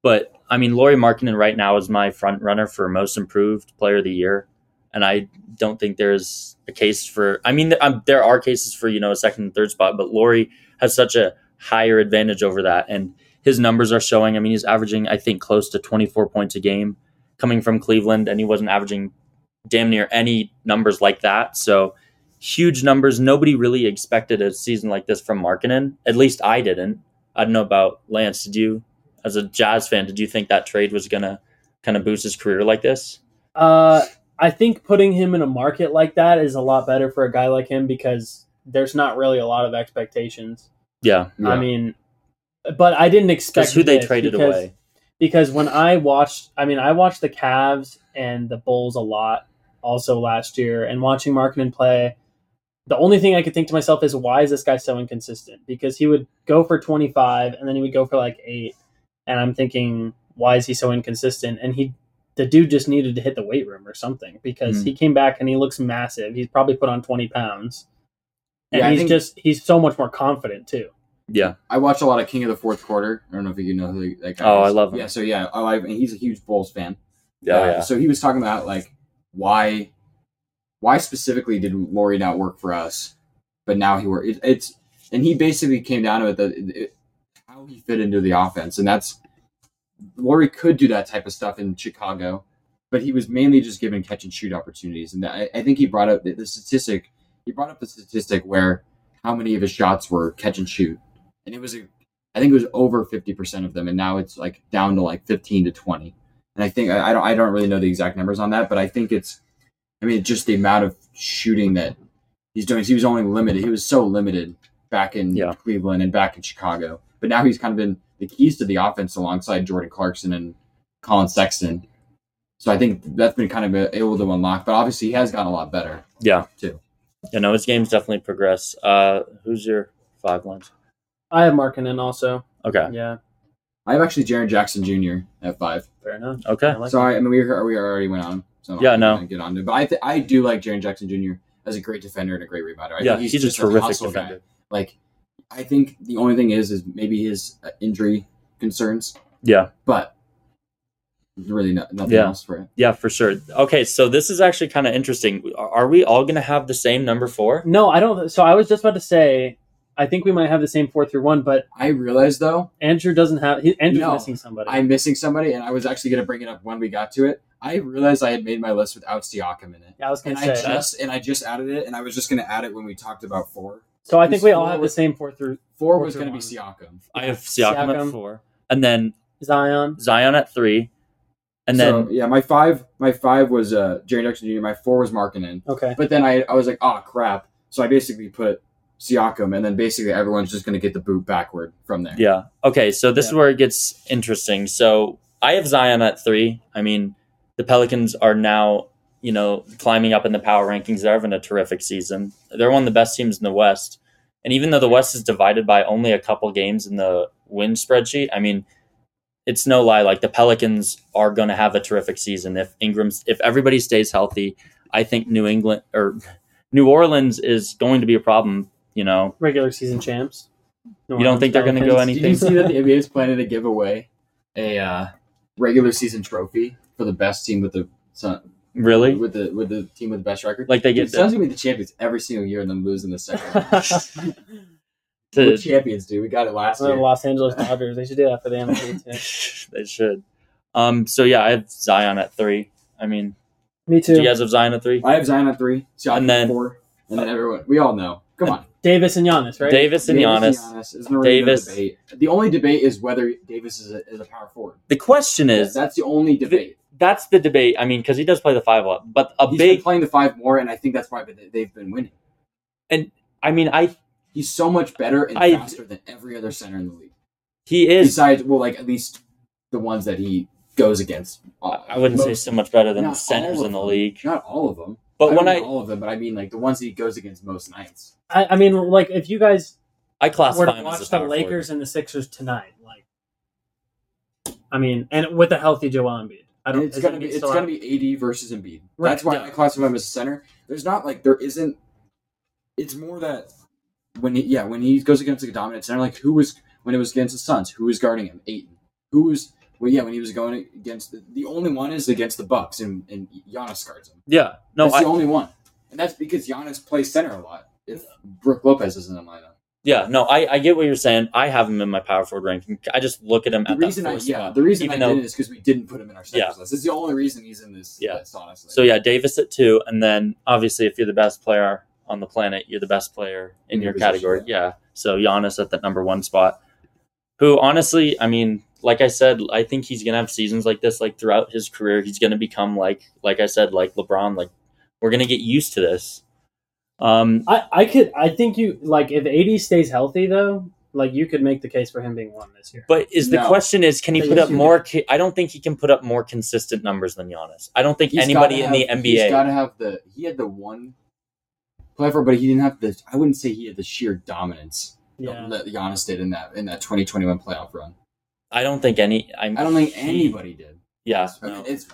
[SPEAKER 1] But I mean, Laurie Markkinen right now is my front runner for most improved player of the year, and I don't think there's a case for. I mean, th- um, there are cases for you know a second and third spot, but Laurie has such a higher advantage over that, and his numbers are showing. I mean, he's averaging I think close to 24 points a game coming from Cleveland, and he wasn't averaging damn near any numbers like that. So huge numbers. Nobody really expected a season like this from Markkinen. At least I didn't. I don't know about Lance. Did you, as a Jazz fan, did you think that trade was gonna kind of boost his career like this?
[SPEAKER 2] like. Uh, I think putting him in a market like that is a lot better for a guy like him because there's not really a lot of expectations.
[SPEAKER 1] Yeah,
[SPEAKER 2] I mean, but I didn't expect
[SPEAKER 1] because who they
[SPEAKER 2] this
[SPEAKER 1] traded
[SPEAKER 2] because-
[SPEAKER 1] away.
[SPEAKER 2] because when I watched, I mean, I watched the Cavs and the Bulls a lot also last year, and watching Markkinen play, the only thing I could think to myself is why is this guy so inconsistent? Because he would go for 25 and then he would go for like eight, and I'm thinking why is he so inconsistent? And he the dude just needed to hit the weight room or something because
[SPEAKER 1] Mm.
[SPEAKER 2] he came back and he looks massive. He's probably put on 20 pounds. And
[SPEAKER 3] Yeah, I
[SPEAKER 2] he's
[SPEAKER 3] think-
[SPEAKER 2] just, he's so much more confident too.
[SPEAKER 1] Yeah.
[SPEAKER 3] I watch a lot of King of the Fourth Quarter. I don't know if you know who that guy
[SPEAKER 1] Oh,
[SPEAKER 3] is.
[SPEAKER 1] I love him.
[SPEAKER 3] Yeah, so yeah, I like, and he's a huge Bulls fan.
[SPEAKER 1] Yeah.
[SPEAKER 3] Uh,
[SPEAKER 1] Oh, yeah.
[SPEAKER 3] So he was talking about like why, why specifically did Laurie not work for us, but now he worked. It, it's and he basically came down to it that it, it- how he fit into the offense, and that's Laurie could do that type of stuff in Chicago, but he was mainly just given catch and shoot opportunities, and I, I think he brought up the, the statistic. He brought up the statistic where how many of his shots were catch and shoot, and it was a, I think it was over fifty percent of them, and now it's like down to like fifteen to twenty and I think I, I don't I don't really know the exact numbers on that, but I think it's I mean just the amount of shooting that he's doing. He was only limited. He was so limited back in
[SPEAKER 1] Yeah.
[SPEAKER 3] Cleveland and back in Chicago, but now he's kind of been the keys to the offense alongside Jordan Clarkson and Colin Sexton. So I think that's been kind of uh, able to unlock, but obviously he has gotten a lot better.
[SPEAKER 1] You know, his game's definitely progressed. Uh, who's your fog lines?
[SPEAKER 2] I have Markinen also.
[SPEAKER 1] Okay.
[SPEAKER 2] Yeah,
[SPEAKER 3] I have actually Jaron Jackson Jr. at five.
[SPEAKER 2] fair enough.
[SPEAKER 1] Okay.
[SPEAKER 2] I like
[SPEAKER 3] Sorry, I mean we were, we already went on. So
[SPEAKER 1] Yeah,
[SPEAKER 3] I'm
[SPEAKER 1] no.
[SPEAKER 3] gonna get on to, it. but I th- I do like Jaron Jackson Jr. as a great defender and a great rebounder. I
[SPEAKER 1] yeah.
[SPEAKER 3] think
[SPEAKER 1] He's,
[SPEAKER 3] he's,
[SPEAKER 1] a
[SPEAKER 3] just
[SPEAKER 1] terrific
[SPEAKER 3] hustle guy.
[SPEAKER 1] defender.
[SPEAKER 3] Like, I think the only thing is, is maybe his uh, injury concerns,
[SPEAKER 1] Yeah.
[SPEAKER 3] but really no, nothing
[SPEAKER 1] Yeah.
[SPEAKER 3] else for it.
[SPEAKER 1] Yeah, for sure. Okay. So this is actually kind of interesting. Are- Are we all going to have the same number four?
[SPEAKER 2] No, I don't. So I was just about to say, I think we might have the same four through one, but
[SPEAKER 3] I realized though,
[SPEAKER 2] Andrew doesn't have. He, Andrew's
[SPEAKER 3] No,
[SPEAKER 2] missing somebody.
[SPEAKER 3] I'm missing somebody, and I was actually going to bring it up when we got to it. I realized I had made my list without Siakam in it,
[SPEAKER 2] I was
[SPEAKER 3] and
[SPEAKER 2] gonna
[SPEAKER 3] I
[SPEAKER 2] say.
[SPEAKER 3] just and I just added it, and I was just going to add it when we talked about four.
[SPEAKER 2] so I think we all
[SPEAKER 3] Four
[SPEAKER 2] have the
[SPEAKER 3] was-
[SPEAKER 2] same four through
[SPEAKER 3] Four was
[SPEAKER 2] Four
[SPEAKER 3] going to
[SPEAKER 2] to
[SPEAKER 3] be
[SPEAKER 2] one.
[SPEAKER 3] Siakam.
[SPEAKER 1] I have Siakam, at
[SPEAKER 2] Siakam.
[SPEAKER 1] four, and then
[SPEAKER 2] Zion.
[SPEAKER 1] Zion at three, and
[SPEAKER 3] So,
[SPEAKER 1] then
[SPEAKER 3] yeah, my five, my five was uh, Jerry Jackson Jr. My four was Markkinen.
[SPEAKER 2] Okay.
[SPEAKER 3] But then I, I was like, oh crap. So I basically put Siakam, and then basically everyone's just going to get the boot backward from there.
[SPEAKER 1] yeah. Okay. So this is
[SPEAKER 2] Yeah.
[SPEAKER 1] where it gets interesting. So I have Zion at three. I mean, the Pelicans are now you know climbing up in the power rankings. They're having a terrific season. They're one of the best teams in the West. And even though the West is divided by only a couple games in the win spreadsheet, I mean, it's no lie. Like the Pelicans are going to have a terrific season if Ingram's if everybody stays healthy. I think New England or New Orleans is going to be a problem. You know,
[SPEAKER 2] Regular season champs. No
[SPEAKER 1] You don't think they're gonna
[SPEAKER 2] Pelicans.
[SPEAKER 1] go
[SPEAKER 3] Did
[SPEAKER 1] any-
[SPEAKER 3] you see that the NBA is planning to give away a uh, regular season trophy for the best team with the
[SPEAKER 1] really,
[SPEAKER 3] with the with the team with the best record?
[SPEAKER 1] like they
[SPEAKER 3] Dude,
[SPEAKER 1] get
[SPEAKER 3] it sounds gonna be the champions every single year and then lose in the second. round.
[SPEAKER 1] to,
[SPEAKER 3] We're champions, dude. We got it last
[SPEAKER 2] Oh, the
[SPEAKER 3] year.
[SPEAKER 2] Los Angeles Dodgers. They should do that for the NBA too.
[SPEAKER 1] they should. Um. So yeah, I have Zion at three. I mean,
[SPEAKER 2] Me too.
[SPEAKER 1] do you guys have Zion at three?
[SPEAKER 3] I have Zion at three, Siakam
[SPEAKER 1] And then-
[SPEAKER 3] at four, and then everyone. We all know. Come on,
[SPEAKER 2] Davis and Giannis, right?
[SPEAKER 1] Davis and Giannis.
[SPEAKER 3] is the
[SPEAKER 1] Davis.
[SPEAKER 3] Davis. Debate. The only debate is whether Davis is a, is a power forward.
[SPEAKER 1] The question is,
[SPEAKER 3] That's the only debate.
[SPEAKER 1] that's the debate. I mean, because he does play the five a lot, but a
[SPEAKER 3] He's
[SPEAKER 1] big.
[SPEAKER 3] been playing the five more, and I think that's why they- they've been winning.
[SPEAKER 1] I mean, I
[SPEAKER 3] He's so much better and
[SPEAKER 1] I-
[SPEAKER 3] faster than every other center in the league.
[SPEAKER 1] he is.
[SPEAKER 3] Besides, well, like at least the ones that he goes against.
[SPEAKER 1] I wouldn't say so much better than
[SPEAKER 3] Not
[SPEAKER 1] the centers
[SPEAKER 3] all of
[SPEAKER 1] in the
[SPEAKER 3] them.
[SPEAKER 1] league.
[SPEAKER 3] not all of them.
[SPEAKER 1] But
[SPEAKER 3] I
[SPEAKER 1] when
[SPEAKER 3] don't
[SPEAKER 1] I
[SPEAKER 3] mean all of them, but I mean like the ones he goes against most nights.
[SPEAKER 2] I, I mean, like if you guys
[SPEAKER 1] I
[SPEAKER 2] were
[SPEAKER 1] classify
[SPEAKER 2] to
[SPEAKER 1] him as
[SPEAKER 2] watch
[SPEAKER 1] a
[SPEAKER 2] the
[SPEAKER 1] power
[SPEAKER 2] Lakers and the Sixers tonight, like, I mean, and with a healthy Joel Embiid, I
[SPEAKER 3] And
[SPEAKER 2] don't.
[SPEAKER 3] it's
[SPEAKER 2] is
[SPEAKER 3] gonna
[SPEAKER 2] Embiid
[SPEAKER 3] be it's
[SPEAKER 2] still
[SPEAKER 3] gonna
[SPEAKER 2] out?
[SPEAKER 3] be AD versus Embiid.
[SPEAKER 2] Right,
[SPEAKER 3] That's why
[SPEAKER 1] yeah.
[SPEAKER 3] I classify him as a center. There's not like there isn't. It's more that when he, yeah when he goes against a dominant center, like who was when it was against the Suns, who was guarding him? Aiton. Who was well yeah when he was going against the, the only one is against the Bucks and and Giannis guards him.
[SPEAKER 1] Yeah. No.
[SPEAKER 3] that's
[SPEAKER 1] I,
[SPEAKER 3] the only one, and that's because Giannis plays center a lot. If Brooke Lopez isn't in the lineup,
[SPEAKER 1] yeah. No. I, I get what you're saying. I have him in my power forward ranking. I just look at him
[SPEAKER 3] the
[SPEAKER 1] at that
[SPEAKER 3] reason I
[SPEAKER 1] fourth
[SPEAKER 3] yeah
[SPEAKER 1] spot,
[SPEAKER 3] the reason
[SPEAKER 1] even
[SPEAKER 3] I
[SPEAKER 1] though-
[SPEAKER 3] didn't is because we didn't put him in our centers
[SPEAKER 1] Yeah.
[SPEAKER 3] list. It's the only reason he's in this
[SPEAKER 1] Yeah.
[SPEAKER 3] list, honestly.
[SPEAKER 1] So yeah, Davis at two, and then obviously if you're the best player on the planet, you're the best player in,
[SPEAKER 3] In your
[SPEAKER 1] your,
[SPEAKER 3] position,
[SPEAKER 1] category. Yeah. So Giannis at the number one spot. Who honestly, I mean, like I said, I think he's gonna have seasons like this, like throughout his career. He's gonna become like like I said, like LeBron, like we're gonna get used to this. Um
[SPEAKER 2] I, I could I think you like if AD stays healthy though, like you could make the case for him being one this year.
[SPEAKER 1] but is the
[SPEAKER 3] No.
[SPEAKER 1] question is can he
[SPEAKER 3] But
[SPEAKER 1] put
[SPEAKER 3] yes,
[SPEAKER 1] up
[SPEAKER 3] you
[SPEAKER 1] more? Ca- I don't think he can put up more consistent numbers than Giannis. I don't think
[SPEAKER 3] He's
[SPEAKER 1] anybody in
[SPEAKER 3] gotta
[SPEAKER 1] the
[SPEAKER 3] have-
[SPEAKER 1] NBA.
[SPEAKER 3] He's got to have the. He had the one clever, but he didn't have the. I wouldn't say he had the sheer dominance
[SPEAKER 2] Yeah.
[SPEAKER 3] that Giannis did in that in that 2021 playoff run.
[SPEAKER 1] I don't think any. I'm,
[SPEAKER 3] I don't think anybody did.
[SPEAKER 1] Yeah,
[SPEAKER 3] I mean,
[SPEAKER 1] Uh, no.
[SPEAKER 3] it's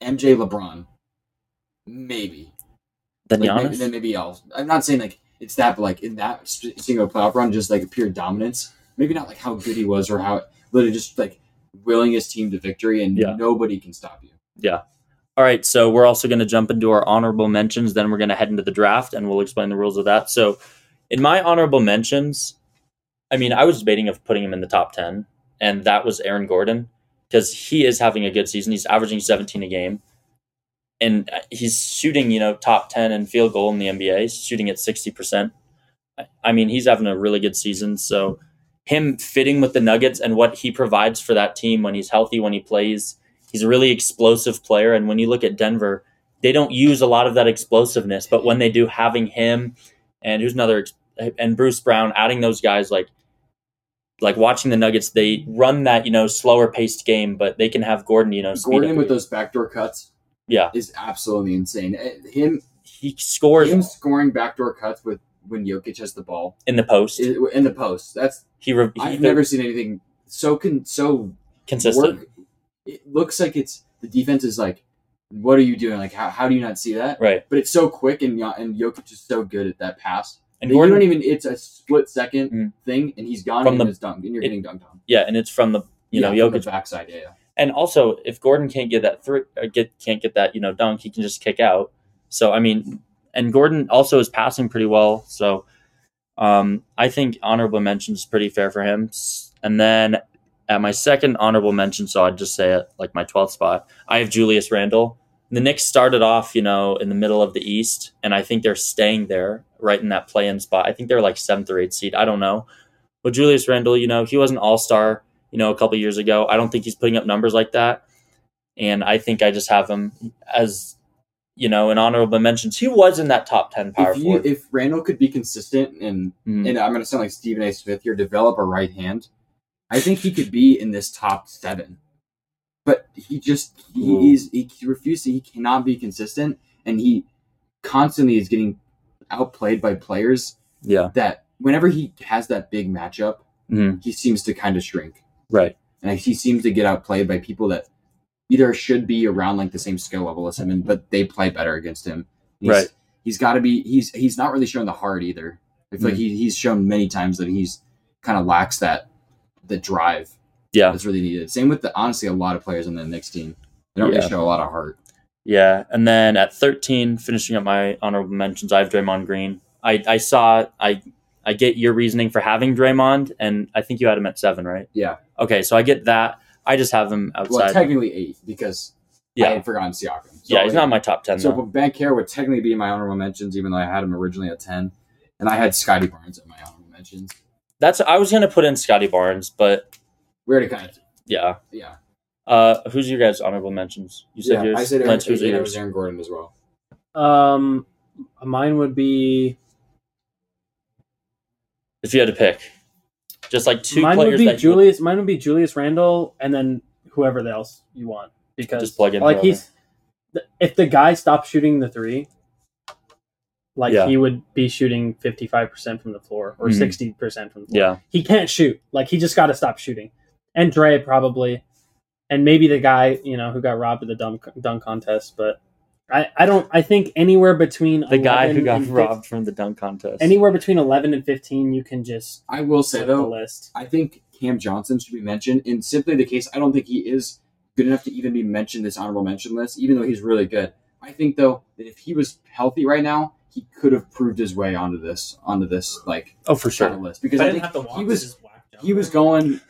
[SPEAKER 3] MJ LeBron, maybe.
[SPEAKER 1] Then
[SPEAKER 3] Like,
[SPEAKER 1] Giannis.
[SPEAKER 3] maybe, then maybe else. I'm not saying like it's that, but like in that sp- single playoff run, just like pure dominance. Maybe not like how good he was or how literally just like willing his team to victory and
[SPEAKER 1] Yeah.
[SPEAKER 3] nobody can stop you.
[SPEAKER 1] All right, so we're also going to jump into our honorable mentions. Then we're going to head into the draft, and we'll explain the rules of that. So, in my honorable mentions, I mean, I was debating of putting him in the top ten, and that was Aaron Gordon because he is having a good season. He's averaging 17 a game, and uh, he's shooting, you know, top 10 in field goal in the NBA, He's shooting at 60 percent. I mean, he's having a really good season. So, him fitting with the Nuggets and what he provides for that team when he's healthy, when he plays he's a really explosive player. And when you look at Denver, they don't use a lot of that explosiveness, but when they do, having him and who's another ex- and Bruce Brown, adding those guys like like watching the Nuggets, they run that you know slower paced game, but they can have Gordon, you know, speed
[SPEAKER 3] Gordon
[SPEAKER 1] up.
[SPEAKER 3] with those backdoor cuts,
[SPEAKER 1] Yeah.
[SPEAKER 3] is absolutely insane. Eh, Him
[SPEAKER 1] he scores
[SPEAKER 3] him scoring backdoor cuts with when Jokic has the ball
[SPEAKER 1] in the post.
[SPEAKER 3] i- in the post. That's
[SPEAKER 1] He, re- he
[SPEAKER 3] I've never seen anything so con so
[SPEAKER 1] consistent.
[SPEAKER 3] work. It looks like it's the defense is like, what are you doing? Like, how, how do you not see that?
[SPEAKER 1] Right,
[SPEAKER 3] But it's so quick, and Yo- and Jokic is so good at that pass.
[SPEAKER 1] and
[SPEAKER 3] That you
[SPEAKER 1] Gordon,
[SPEAKER 3] don't even. It's a split second
[SPEAKER 1] Mm.
[SPEAKER 3] thing, and he's gone
[SPEAKER 1] From
[SPEAKER 3] and
[SPEAKER 1] the-
[SPEAKER 3] it's dunked, and you're
[SPEAKER 1] it-
[SPEAKER 3] getting dunked on.
[SPEAKER 1] yeah, and it's from the you know
[SPEAKER 3] yeah, from
[SPEAKER 1] Jokic
[SPEAKER 3] the backside. Yeah, yeah.
[SPEAKER 1] and also if Gordon can't get that three, uh, get can't get that you know dunk, he can just kick out. So I mean, and Gordon also is passing pretty well. So um, I think honorable mention is pretty fair for him. S- And then at my second honorable mention, so I'd just say it like my twelfth spot, I have Julius Randle. The Knicks started off, you know, in the middle of the East, and I think they're staying there, right in that play-in spot. I think they're like seventh or eighth seed. I don't know. But Julius Randle, you know, he was an all-star you know, a couple years ago. I don't think he's putting up numbers like that. And I think I just have him as, you know, an honorable mentions. He was in that top 10 power
[SPEAKER 3] If you
[SPEAKER 1] forward.
[SPEAKER 3] if Randall could be consistent and
[SPEAKER 1] Mhm.
[SPEAKER 3] and I'm gonna sound like Stephen A. Smith here, develop a right hand. I think he could be in this top seven, but he just
[SPEAKER 1] Ooh.
[SPEAKER 3] he is he refuses. He cannot be consistent, and he constantly is getting outplayed by players
[SPEAKER 1] yeah.
[SPEAKER 3] that whenever he has that big matchup,
[SPEAKER 1] Mhm.
[SPEAKER 3] he seems to kind of shrink,
[SPEAKER 1] Right.
[SPEAKER 3] and he seems to get outplayed by people that either should be around like the same skill level as him, and but they play better against him. He's,
[SPEAKER 1] Right.
[SPEAKER 3] He's got to be. He's he's not really showing the heart either. I
[SPEAKER 1] Mm.
[SPEAKER 3] feel like he, he's shown many times that he's kind of lacks that the drive
[SPEAKER 1] Yeah.
[SPEAKER 3] that's really needed. Same with the honestly a lot of players on the next team. They don't
[SPEAKER 1] Yeah.
[SPEAKER 3] really show a lot of heart.
[SPEAKER 1] Yeah. And then at 13, finishing up my honorable mentions, I have Draymond Green. I, I saw, I, I get your reasoning for having Draymond, and I think you had him at seven, right?
[SPEAKER 3] Yeah.
[SPEAKER 1] Okay. So I get that. I just have him outside.
[SPEAKER 3] Well, technically eight because
[SPEAKER 1] yeah.
[SPEAKER 3] I had forgotten Siakam. So,
[SPEAKER 1] yeah. He's
[SPEAKER 3] like,
[SPEAKER 1] not in my top 10.
[SPEAKER 3] So
[SPEAKER 1] though.
[SPEAKER 3] but Bankera would technically be in my honorable mentions, even though I had him originally at ten, and I had Scotty Barnes at my honorable mentions.
[SPEAKER 1] That's, I was going to put in Scotty Barnes, but
[SPEAKER 3] We already kind of
[SPEAKER 1] yeah.
[SPEAKER 3] yeah.
[SPEAKER 1] Uh, who's your guys' honorable mentions? You said
[SPEAKER 3] yeah,
[SPEAKER 1] yours.
[SPEAKER 3] I said Aaron,
[SPEAKER 1] Lance, who's
[SPEAKER 3] yeah, it
[SPEAKER 1] yours?
[SPEAKER 3] was Aaron Gordon as well.
[SPEAKER 2] Um, mine would be
[SPEAKER 1] If you had to pick, just like two
[SPEAKER 2] mine would
[SPEAKER 1] players
[SPEAKER 2] be
[SPEAKER 1] that you would-
[SPEAKER 2] Julius. Mine would be Julius Randall, and then whoever else you want because
[SPEAKER 1] Just plug in
[SPEAKER 2] like
[SPEAKER 1] whoever.
[SPEAKER 2] he's th- if the guy stopped shooting the three, like
[SPEAKER 1] Yeah.
[SPEAKER 2] he would be shooting fifty five percent from the floor or
[SPEAKER 1] Mhm.
[SPEAKER 2] 60 percent from the floor.
[SPEAKER 1] yeah,
[SPEAKER 2] he can't shoot. Like he just got to stop shooting. And Dre probably, and maybe the guy you know who got robbed at the dunk dunk contest. But I I don't I think anywhere between
[SPEAKER 1] the guy who
[SPEAKER 2] 11
[SPEAKER 1] got
[SPEAKER 2] and fif-
[SPEAKER 1] robbed from the dunk contest.
[SPEAKER 2] anywhere between eleven and fifteen you can just
[SPEAKER 3] I will say
[SPEAKER 2] set the
[SPEAKER 3] though,
[SPEAKER 2] list.
[SPEAKER 3] I think Cam Johnson should be mentioned, and simply the case I don't think he is good enough to even be mentioned this honorable mention list, even though he's really good. I think though that if he was healthy right now, he could have proved his way onto this onto this like
[SPEAKER 1] oh, for
[SPEAKER 3] kind
[SPEAKER 1] sure,
[SPEAKER 3] of list because I, think he was he was going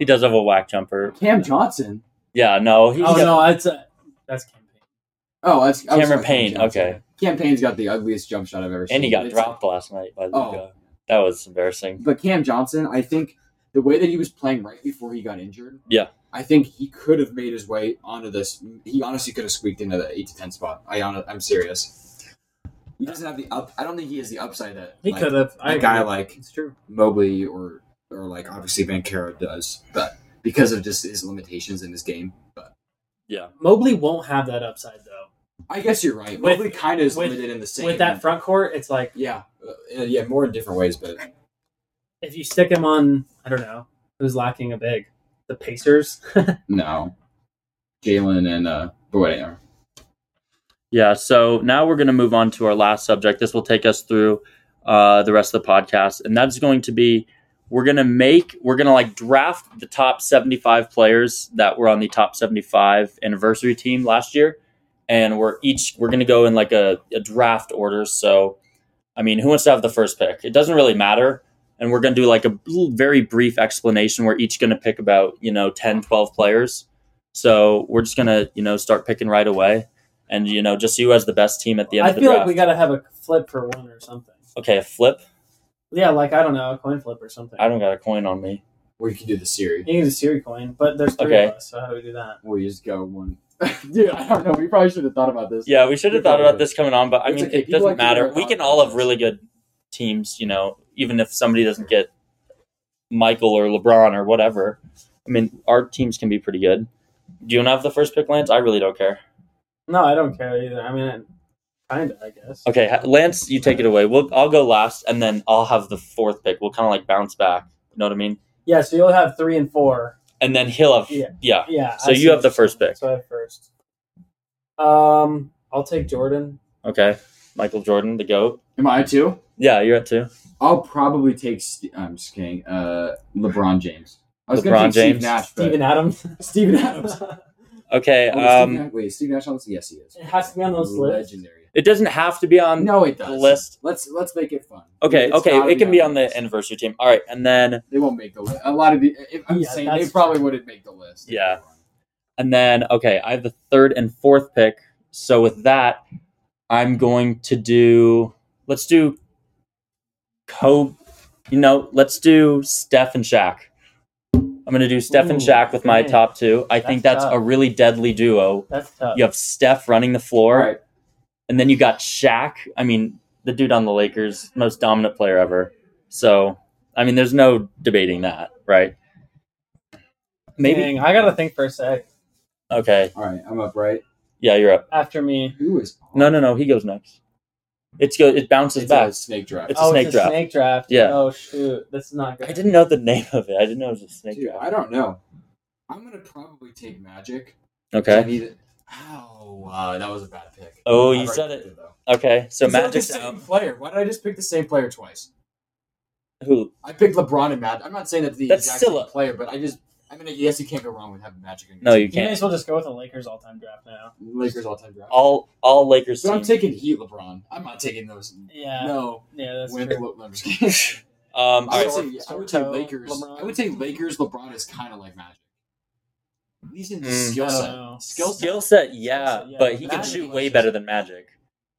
[SPEAKER 1] he does have a whack jumper.
[SPEAKER 3] Cam Johnson.
[SPEAKER 1] Yeah, no, he's
[SPEAKER 2] Oh
[SPEAKER 1] got-
[SPEAKER 2] no, that's a, that's campaign.
[SPEAKER 3] Oh, that's I was
[SPEAKER 1] Cameron
[SPEAKER 3] talking
[SPEAKER 1] Payne.
[SPEAKER 3] Johnson.
[SPEAKER 1] Okay,
[SPEAKER 3] Campaign's got the ugliest jump shot I've ever seen.
[SPEAKER 1] and he got
[SPEAKER 3] It's-
[SPEAKER 1] dropped last night by the
[SPEAKER 3] Oh.
[SPEAKER 1] guy. That was embarrassing.
[SPEAKER 3] But Cam Johnson, I think the way that he was playing right before he got injured,
[SPEAKER 1] Yeah.
[SPEAKER 3] I think he could have made his way onto this. He honestly could have squeaked into the eight to ten spot. I hon- I'm serious. He doesn't have the up. I don't think he has the upside that
[SPEAKER 2] He
[SPEAKER 3] like,
[SPEAKER 2] could have.
[SPEAKER 3] a guy like
[SPEAKER 2] it's true.
[SPEAKER 3] Mobley or or like obviously Vancaro does, but because of just his limitations in his game. But
[SPEAKER 2] Mobley won't have that upside though.
[SPEAKER 3] I guess you're right.
[SPEAKER 2] With-
[SPEAKER 3] Mobley kind of is
[SPEAKER 2] with-
[SPEAKER 3] limited in the same
[SPEAKER 2] With that front court, it's like
[SPEAKER 3] Yeah, uh, yeah, more in different ways, but
[SPEAKER 2] if you stick him on, I don't know who's lacking a big, the Pacers.
[SPEAKER 3] no. Jalen and uh, but whatever.
[SPEAKER 1] Yeah. So now we're going to move on to our last subject. This will take us through uh, the rest of the podcast, and that's going to be we're going to make we're going to like draft the top 75 players that were on the top 75 anniversary team last year, and we're each we're going to go in like a, a draft order. So, I mean, who wants to have the first pick? It doesn't really matter. And we're going to do like a bl- very brief explanation. We're each going to pick about, you know, 10, 12 players. So we're just going to, you know, start picking right away. And, you know, just you as the best team at the end
[SPEAKER 2] I
[SPEAKER 1] of the
[SPEAKER 2] feel
[SPEAKER 1] draft.
[SPEAKER 2] like we got to have a flip for one or something.
[SPEAKER 1] okay, a flip.
[SPEAKER 2] Yeah, like I don't know, a coin flip or something.
[SPEAKER 1] I don't got a coin on me.
[SPEAKER 3] Or you could do the series.
[SPEAKER 2] You can use a Siri coin, but there's three
[SPEAKER 1] Okay.
[SPEAKER 2] of us, so how do we do that?
[SPEAKER 3] We just go one. Dude, I don't know. We probably should have thought about this.
[SPEAKER 1] Yeah, we should have thought about this coming on, but I
[SPEAKER 3] It's
[SPEAKER 1] mean,
[SPEAKER 3] okay.
[SPEAKER 1] it
[SPEAKER 3] People
[SPEAKER 1] doesn't
[SPEAKER 3] like to hear
[SPEAKER 1] matter.
[SPEAKER 3] our
[SPEAKER 1] We can
[SPEAKER 3] thoughts
[SPEAKER 1] all
[SPEAKER 3] on
[SPEAKER 1] have
[SPEAKER 3] this.
[SPEAKER 1] really good teams, you know, even if somebody doesn't get Michael or LeBron or whatever. I mean, our teams can be pretty good. Do you want to have the first pick, Lance? I really don't care.
[SPEAKER 2] No, I don't care either. I mean, kind of, I guess.
[SPEAKER 1] Okay, ha- Lance, you take it away. We'll, I'll go last, and then I'll have the fourth pick. We'll kind of like bounce back. You know what I mean?
[SPEAKER 2] Yeah, so you'll have three and four.
[SPEAKER 1] And then he'll have
[SPEAKER 2] Yeah.
[SPEAKER 1] yeah.
[SPEAKER 2] Yeah.
[SPEAKER 1] So
[SPEAKER 2] I
[SPEAKER 1] you
[SPEAKER 2] see
[SPEAKER 1] have
[SPEAKER 2] what
[SPEAKER 1] the
[SPEAKER 2] you're
[SPEAKER 1] first
[SPEAKER 2] saying.
[SPEAKER 1] pick.
[SPEAKER 2] So I have first. Um, I'll take Jordan.
[SPEAKER 1] Okay, Michael Jordan, the goat.
[SPEAKER 3] Am I too?
[SPEAKER 1] Yeah, you're at two.
[SPEAKER 3] I'll probably take. St- I'm just kidding. Uh, LeBron James. I was
[SPEAKER 1] LeBron
[SPEAKER 3] gonna take
[SPEAKER 1] James.
[SPEAKER 3] Steve Nash, but
[SPEAKER 2] Steven Adams.
[SPEAKER 3] Steven Adams.
[SPEAKER 1] Okay,
[SPEAKER 3] Oh, was Steve
[SPEAKER 1] um,
[SPEAKER 3] Nash- wait, Steve Nash on this? Yes, he is.
[SPEAKER 2] It has to be on those lists.
[SPEAKER 3] Legendary.
[SPEAKER 1] it doesn't have to be on
[SPEAKER 3] no, it
[SPEAKER 1] the
[SPEAKER 3] does.
[SPEAKER 1] list.
[SPEAKER 3] Let's let's make it fun.
[SPEAKER 1] Okay,
[SPEAKER 3] It's
[SPEAKER 1] okay,
[SPEAKER 3] gotta
[SPEAKER 1] it can be on
[SPEAKER 3] list.
[SPEAKER 1] the anniversary team. All right, and then
[SPEAKER 3] They won't make the list. A lot of the. If, I'm
[SPEAKER 2] Yeah,
[SPEAKER 3] saying they
[SPEAKER 2] that's-
[SPEAKER 3] probably wouldn't make the list.
[SPEAKER 1] Yeah. and then okay, I have the third and fourth pick. So with that, I'm going to do. Let's do. Kobe, you know, let's do Steph and Shaq. I'm gonna do Steph and
[SPEAKER 2] Ooh,
[SPEAKER 1] Shaq with my
[SPEAKER 2] dang.
[SPEAKER 1] top two. I think
[SPEAKER 2] That's
[SPEAKER 1] that's
[SPEAKER 2] tough.
[SPEAKER 1] a really deadly duo.
[SPEAKER 2] That's tough.
[SPEAKER 1] You have Steph running the floor,
[SPEAKER 3] All right.
[SPEAKER 1] and then you got Shaq. I mean, the dude on the Lakers, most dominant player ever. So, I mean, there's no debating that, right? Maybe
[SPEAKER 2] Dang, I gotta think for a sec.
[SPEAKER 1] Okay.
[SPEAKER 3] All right. I'm up. Right.
[SPEAKER 1] Yeah, you're up.
[SPEAKER 2] After me.
[SPEAKER 3] Who is?
[SPEAKER 1] No, no, no. He goes next. It's go. It bounces
[SPEAKER 3] It's
[SPEAKER 1] back.
[SPEAKER 3] a snake draft.
[SPEAKER 1] It's a
[SPEAKER 2] oh,
[SPEAKER 1] snake
[SPEAKER 2] it's a
[SPEAKER 1] draft.
[SPEAKER 2] snake draft.
[SPEAKER 1] Yeah.
[SPEAKER 2] Oh shoot, this is not good.
[SPEAKER 1] I didn't know the name of it. I didn't know it was a snake
[SPEAKER 3] Dude,
[SPEAKER 1] draft.
[SPEAKER 3] I don't know. I'm gonna probably take Magic. I
[SPEAKER 1] Okay.
[SPEAKER 3] need it. Ow, uh, that was a bad pick.
[SPEAKER 1] Oh,
[SPEAKER 3] I
[SPEAKER 1] you
[SPEAKER 3] already
[SPEAKER 1] said
[SPEAKER 3] picked
[SPEAKER 1] it.
[SPEAKER 3] though.
[SPEAKER 1] Okay. So
[SPEAKER 3] It's not
[SPEAKER 1] Magic's
[SPEAKER 3] the same
[SPEAKER 1] out.
[SPEAKER 3] player. Why did I just pick the same player twice?
[SPEAKER 1] Who?
[SPEAKER 3] I picked LeBron and Magic. I'm not saying that's the
[SPEAKER 1] That's
[SPEAKER 3] exact
[SPEAKER 1] still
[SPEAKER 3] same
[SPEAKER 1] a-
[SPEAKER 3] player, but I just. I mean, yes, you can't go wrong with having Magic. On your
[SPEAKER 1] No,
[SPEAKER 3] team.
[SPEAKER 1] you
[SPEAKER 2] You may
[SPEAKER 1] can't.
[SPEAKER 2] as well just go with the Lakers all-time draft now.
[SPEAKER 3] Lakers all time draft.
[SPEAKER 1] All all Lakers
[SPEAKER 3] so I'm
[SPEAKER 1] teams.
[SPEAKER 3] taking Heat LeBron. I'm not taking those.
[SPEAKER 2] Yeah.
[SPEAKER 3] No,
[SPEAKER 2] Yeah, that's
[SPEAKER 3] Wimp,
[SPEAKER 2] true.
[SPEAKER 3] Le- no, I'm just kidding.
[SPEAKER 1] Um. All
[SPEAKER 3] I
[SPEAKER 1] right.
[SPEAKER 3] would
[SPEAKER 1] So,
[SPEAKER 3] say, I would say
[SPEAKER 2] Soto,
[SPEAKER 3] Lakers.
[SPEAKER 2] LeBron.
[SPEAKER 3] I would say Lakers. LeBron is kind of like Magic. At least in the
[SPEAKER 1] Mm.
[SPEAKER 3] skill
[SPEAKER 2] I don't
[SPEAKER 3] set.
[SPEAKER 2] know.
[SPEAKER 3] Skill set.
[SPEAKER 1] skill set, yeah,
[SPEAKER 2] Yeah.
[SPEAKER 1] but he can
[SPEAKER 3] Magic
[SPEAKER 1] shoot
[SPEAKER 3] was
[SPEAKER 1] way
[SPEAKER 3] just-
[SPEAKER 1] better than Magic.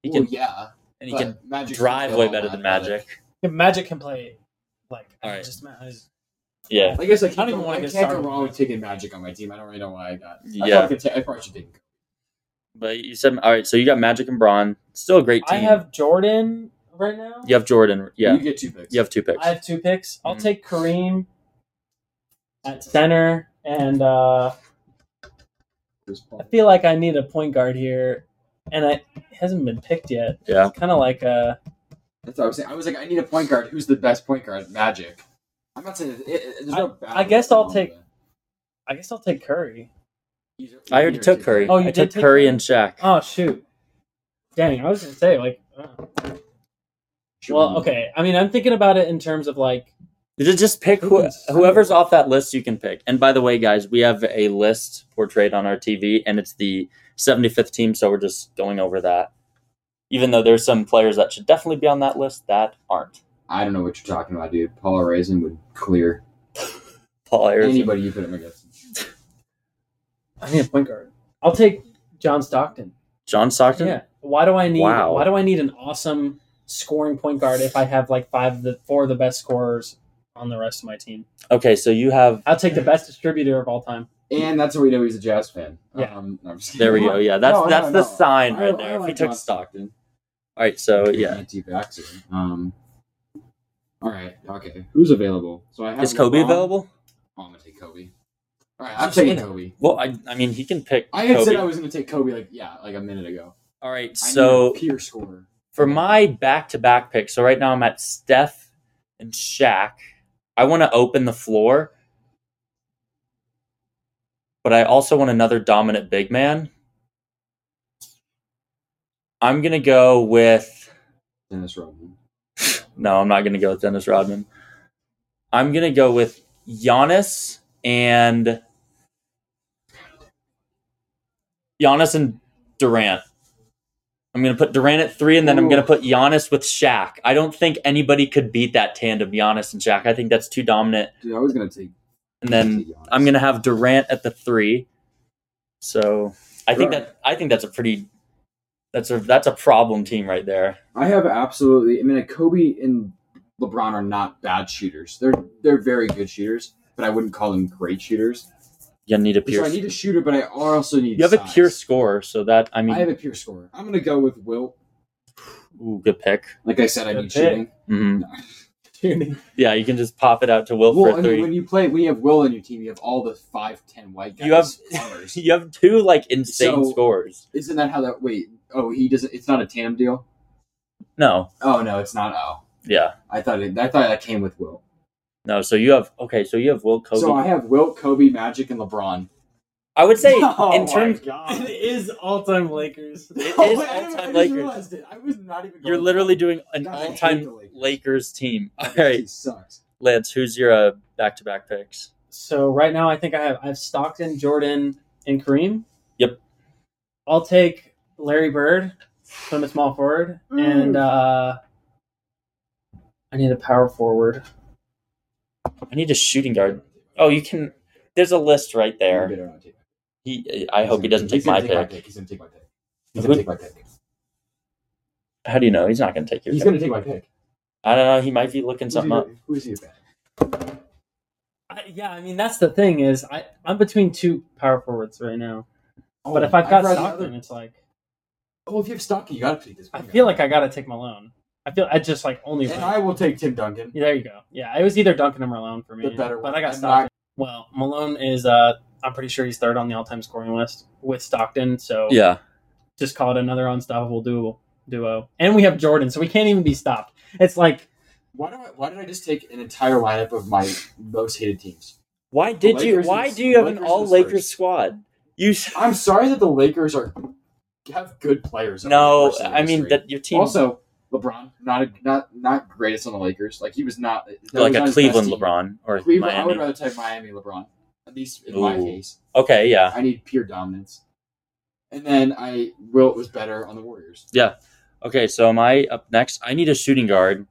[SPEAKER 1] He
[SPEAKER 3] Well,
[SPEAKER 1] can
[SPEAKER 3] yeah,
[SPEAKER 1] and he
[SPEAKER 3] but
[SPEAKER 1] can
[SPEAKER 3] Magic
[SPEAKER 1] drive
[SPEAKER 3] can
[SPEAKER 1] way
[SPEAKER 3] go
[SPEAKER 1] better than
[SPEAKER 3] athletic.
[SPEAKER 1] Magic.
[SPEAKER 2] Yeah, Magic can play. Like,
[SPEAKER 1] All
[SPEAKER 2] I
[SPEAKER 1] right.
[SPEAKER 2] just I just-
[SPEAKER 1] Yeah.
[SPEAKER 3] I guess I
[SPEAKER 2] Don't
[SPEAKER 3] can't even
[SPEAKER 2] wanna
[SPEAKER 3] want
[SPEAKER 2] get
[SPEAKER 3] to can't go
[SPEAKER 2] started.
[SPEAKER 3] wrong with taking Magic on my team. I don't really know why I got. I
[SPEAKER 1] Yeah.
[SPEAKER 3] probably, could ta- I probably should take.
[SPEAKER 1] But you said all right. So you got Magic and Braun. Still a great
[SPEAKER 2] I
[SPEAKER 1] team.
[SPEAKER 2] have Jordan right now.
[SPEAKER 1] you have Jordan.
[SPEAKER 3] You
[SPEAKER 1] Yeah.
[SPEAKER 3] get two picks.
[SPEAKER 1] You have two picks.
[SPEAKER 2] I have two picks. I'll
[SPEAKER 1] Mhm.
[SPEAKER 2] take Kareem at center, and uh,
[SPEAKER 3] Chris
[SPEAKER 2] I
[SPEAKER 3] Paul.
[SPEAKER 2] feel like I need a point guard here, and I it hasn't been picked yet.
[SPEAKER 1] Yeah.
[SPEAKER 2] It's kind of like uh,
[SPEAKER 3] That's what I was saying. I was like, I need a point guard. Who's the best point guard? Magic. I'm not saying it, it, it- there's no bad
[SPEAKER 2] I guess
[SPEAKER 3] one
[SPEAKER 2] I'll
[SPEAKER 3] wrong
[SPEAKER 2] take-
[SPEAKER 3] with it.
[SPEAKER 2] I guess I'll take Curry.
[SPEAKER 3] He's-
[SPEAKER 1] I already
[SPEAKER 3] he's
[SPEAKER 1] took Curry.
[SPEAKER 2] Oh, you
[SPEAKER 1] I
[SPEAKER 2] did
[SPEAKER 1] took Curry
[SPEAKER 2] take Curry?
[SPEAKER 1] and Shaq.
[SPEAKER 2] Oh shoot! Dang, I was gonna say like. uh,
[SPEAKER 3] Should
[SPEAKER 2] well,
[SPEAKER 3] we-
[SPEAKER 2] okay. I mean, I'm thinking about it in terms of like
[SPEAKER 1] Just just pick
[SPEAKER 2] Who
[SPEAKER 1] who,
[SPEAKER 2] can sign
[SPEAKER 1] whoever's
[SPEAKER 2] it?
[SPEAKER 1] off that list you can pick. And by the way, guys, we have a list portrayed on our TV, and it's the 75th team, so we're just going over that. Even though there's some players that should definitely be on that list that aren't.
[SPEAKER 3] I don't know what you're talking about, dude. Paul Raisin would clear
[SPEAKER 1] Paul Ayers.
[SPEAKER 3] anybody you put him against.
[SPEAKER 2] I need a point guard. I'll take John Stockton.
[SPEAKER 1] John Stockton?
[SPEAKER 2] Yeah. Why do I need?
[SPEAKER 1] Wow.
[SPEAKER 2] Why do I need an awesome scoring point guard if I have like five of the four of the best scorers on the rest of my team?
[SPEAKER 1] Okay, so you have.
[SPEAKER 2] I'll take the best distributor of all time.
[SPEAKER 3] And that's how we know he's a Jazz fan.
[SPEAKER 2] Yeah.
[SPEAKER 3] Um, no, I'm just
[SPEAKER 1] There we
[SPEAKER 3] kidding.
[SPEAKER 1] go. Yeah, that's
[SPEAKER 3] No,
[SPEAKER 1] that's
[SPEAKER 3] no,
[SPEAKER 1] the
[SPEAKER 3] no.
[SPEAKER 1] sign
[SPEAKER 3] I-
[SPEAKER 1] right
[SPEAKER 3] I
[SPEAKER 1] there. if
[SPEAKER 3] like
[SPEAKER 1] he took
[SPEAKER 3] John
[SPEAKER 1] Stockton. All right, so yeah.
[SPEAKER 3] Anti-vaxxer. Um. All right. Okay. Who's available? So I have
[SPEAKER 1] Is Kobe
[SPEAKER 3] LeBron.
[SPEAKER 1] available?
[SPEAKER 3] Oh, I'm gonna take Kobe. All right,
[SPEAKER 1] I'm
[SPEAKER 3] I'm taking
[SPEAKER 1] saying-
[SPEAKER 3] Kobe.
[SPEAKER 1] Well, I, I mean, he can pick
[SPEAKER 3] I had
[SPEAKER 1] Kobe.
[SPEAKER 3] said I was gonna take Kobe like yeah, like a minute ago.
[SPEAKER 1] All right,
[SPEAKER 3] I need
[SPEAKER 1] so.
[SPEAKER 3] a pure scorer.
[SPEAKER 1] for my back to back pick, so right now I'm at Steph and Shaq. I want to open the floor. but I also want another dominant big man. I'm gonna go with
[SPEAKER 3] Dennis Rodman.
[SPEAKER 1] no, I'm not gonna go with Dennis Rodman. I'm gonna go with Giannis and Giannis and Durant. I'm gonna put Durant at three, and then I'm
[SPEAKER 3] Ooh.
[SPEAKER 1] gonna put Giannis with Shaq. I don't think anybody could beat that tandem, Giannis and Shaq. I think that's too dominant.
[SPEAKER 3] Dude, I was gonna take.
[SPEAKER 1] And then
[SPEAKER 3] take Giannis.
[SPEAKER 1] I'm gonna have Durant at the three. So I think
[SPEAKER 3] Right.
[SPEAKER 1] that I think that's a pretty that's a that's a problem team right there.
[SPEAKER 3] I have absolutely. I mean, Kobe and LeBron are not bad shooters. They're they're very good shooters, but I wouldn't call them great shooters.
[SPEAKER 1] You need a
[SPEAKER 3] So
[SPEAKER 1] pure
[SPEAKER 3] I need a shooter, but I also need.
[SPEAKER 1] you have a
[SPEAKER 3] size.
[SPEAKER 1] pure scorer, so that I mean
[SPEAKER 3] I have a pure scorer. I'm gonna go with Wilt.
[SPEAKER 1] ooh, good pick.
[SPEAKER 3] Like I said, I
[SPEAKER 2] Good
[SPEAKER 3] need
[SPEAKER 2] pick.
[SPEAKER 3] shooting.
[SPEAKER 1] hmm
[SPEAKER 2] Shooting.
[SPEAKER 1] Yeah, you can just pop it out to Will
[SPEAKER 3] Well,
[SPEAKER 1] for
[SPEAKER 3] I
[SPEAKER 1] a
[SPEAKER 3] mean,
[SPEAKER 1] three.
[SPEAKER 3] when you play, when you have Will on your team, you have all the five ten white guys.
[SPEAKER 1] You have-
[SPEAKER 3] plumbers.
[SPEAKER 1] you have two like insane
[SPEAKER 3] So-
[SPEAKER 1] scores.
[SPEAKER 3] Isn't that how that? Wait. Oh, he doesn't. It's not a tandem deal.
[SPEAKER 1] No,
[SPEAKER 3] Oh no, it's not. Oh,
[SPEAKER 1] yeah,
[SPEAKER 3] I thought it, I thought that came with Will.
[SPEAKER 1] no. So you have okay. So you have Will Kobe.
[SPEAKER 3] So I have Wilt, Kobe, Magic, and LeBron.
[SPEAKER 1] I would say
[SPEAKER 3] Oh
[SPEAKER 1] in
[SPEAKER 3] my
[SPEAKER 1] terms,
[SPEAKER 2] It is all-time Lakers.
[SPEAKER 1] It
[SPEAKER 3] Oh,
[SPEAKER 1] is
[SPEAKER 3] wait, I didn't-
[SPEAKER 1] all-time
[SPEAKER 3] I just
[SPEAKER 1] Lakers.
[SPEAKER 3] realized it. I was not even.
[SPEAKER 1] you're
[SPEAKER 3] going-
[SPEAKER 1] literally doing an
[SPEAKER 3] God, I hate
[SPEAKER 1] all-time
[SPEAKER 3] the Lakers.
[SPEAKER 1] Lakers team. All
[SPEAKER 3] This
[SPEAKER 1] right,
[SPEAKER 3] team sucks.
[SPEAKER 1] Lance, who's your uh, back-to-back picks?
[SPEAKER 2] So right now, I think I have I've Stockton, Jordan, and Kareem.
[SPEAKER 1] Yep.
[SPEAKER 2] I'll take Larry Bird, put him at small forward, and uh, I need a power forward.
[SPEAKER 1] I need a shooting guard. Oh, you can. There's a list right there. He, I hope he doesn't take my pick.
[SPEAKER 3] He's gonna take my pick.
[SPEAKER 1] He's
[SPEAKER 3] He's
[SPEAKER 1] gonna
[SPEAKER 3] gonna take my pick.
[SPEAKER 1] How do you know he's not going to take your?
[SPEAKER 3] He's
[SPEAKER 1] Pick?
[SPEAKER 3] gonna take my pick.
[SPEAKER 1] I don't know. He might be looking something up.
[SPEAKER 3] Who's he? about?
[SPEAKER 2] I, yeah, I mean that's the thing is I I'm between two power forwards right now,
[SPEAKER 3] Oh,
[SPEAKER 2] but if I've got
[SPEAKER 3] rather-
[SPEAKER 2] Stockton, it's like
[SPEAKER 3] oh, if you have Stockton, you gotta take this.
[SPEAKER 2] I
[SPEAKER 3] pick.
[SPEAKER 2] feel like I gotta take Malone. I feel I just like only.
[SPEAKER 3] and
[SPEAKER 2] one.
[SPEAKER 3] I will take Tim Duncan.
[SPEAKER 2] Yeah, there you go. Yeah, it was either Duncan or Malone for me.
[SPEAKER 3] The better one.
[SPEAKER 2] But I got
[SPEAKER 3] I'm
[SPEAKER 2] Stockton. Well, Malone is uh I'm pretty sure he's third on the all time scoring list with Stockton, so
[SPEAKER 1] Yeah,
[SPEAKER 2] just call it another unstoppable duo duo. And we have Jordan, so we can't even be stopped. It's like
[SPEAKER 3] Why do I? Why did I just take an entire lineup of my most hated teams?
[SPEAKER 1] Why did you?
[SPEAKER 3] Lakers
[SPEAKER 1] Why
[SPEAKER 3] was-
[SPEAKER 1] do you have an
[SPEAKER 3] Lakers was
[SPEAKER 1] all Lakers
[SPEAKER 3] first.
[SPEAKER 1] squad? You s-
[SPEAKER 3] I'm sorry that the Lakers are have good players. over the
[SPEAKER 1] no.
[SPEAKER 3] course of their
[SPEAKER 1] I mean
[SPEAKER 3] history.
[SPEAKER 1] that your team
[SPEAKER 3] Also, LeBron not a, not not greatest on the Lakers. Like he was not that was
[SPEAKER 1] like
[SPEAKER 3] not
[SPEAKER 1] a
[SPEAKER 3] his
[SPEAKER 1] Cleveland
[SPEAKER 3] best team.
[SPEAKER 1] LeBron or
[SPEAKER 3] Cleveland, I would
[SPEAKER 1] Miami.
[SPEAKER 3] rather take Miami LeBron. At least in my
[SPEAKER 1] Ooh.
[SPEAKER 3] case,
[SPEAKER 1] Okay, yeah,
[SPEAKER 3] I need pure dominance. And then I Wilt was better on the Warriors.
[SPEAKER 1] okay. So am I up next? I need a shooting guard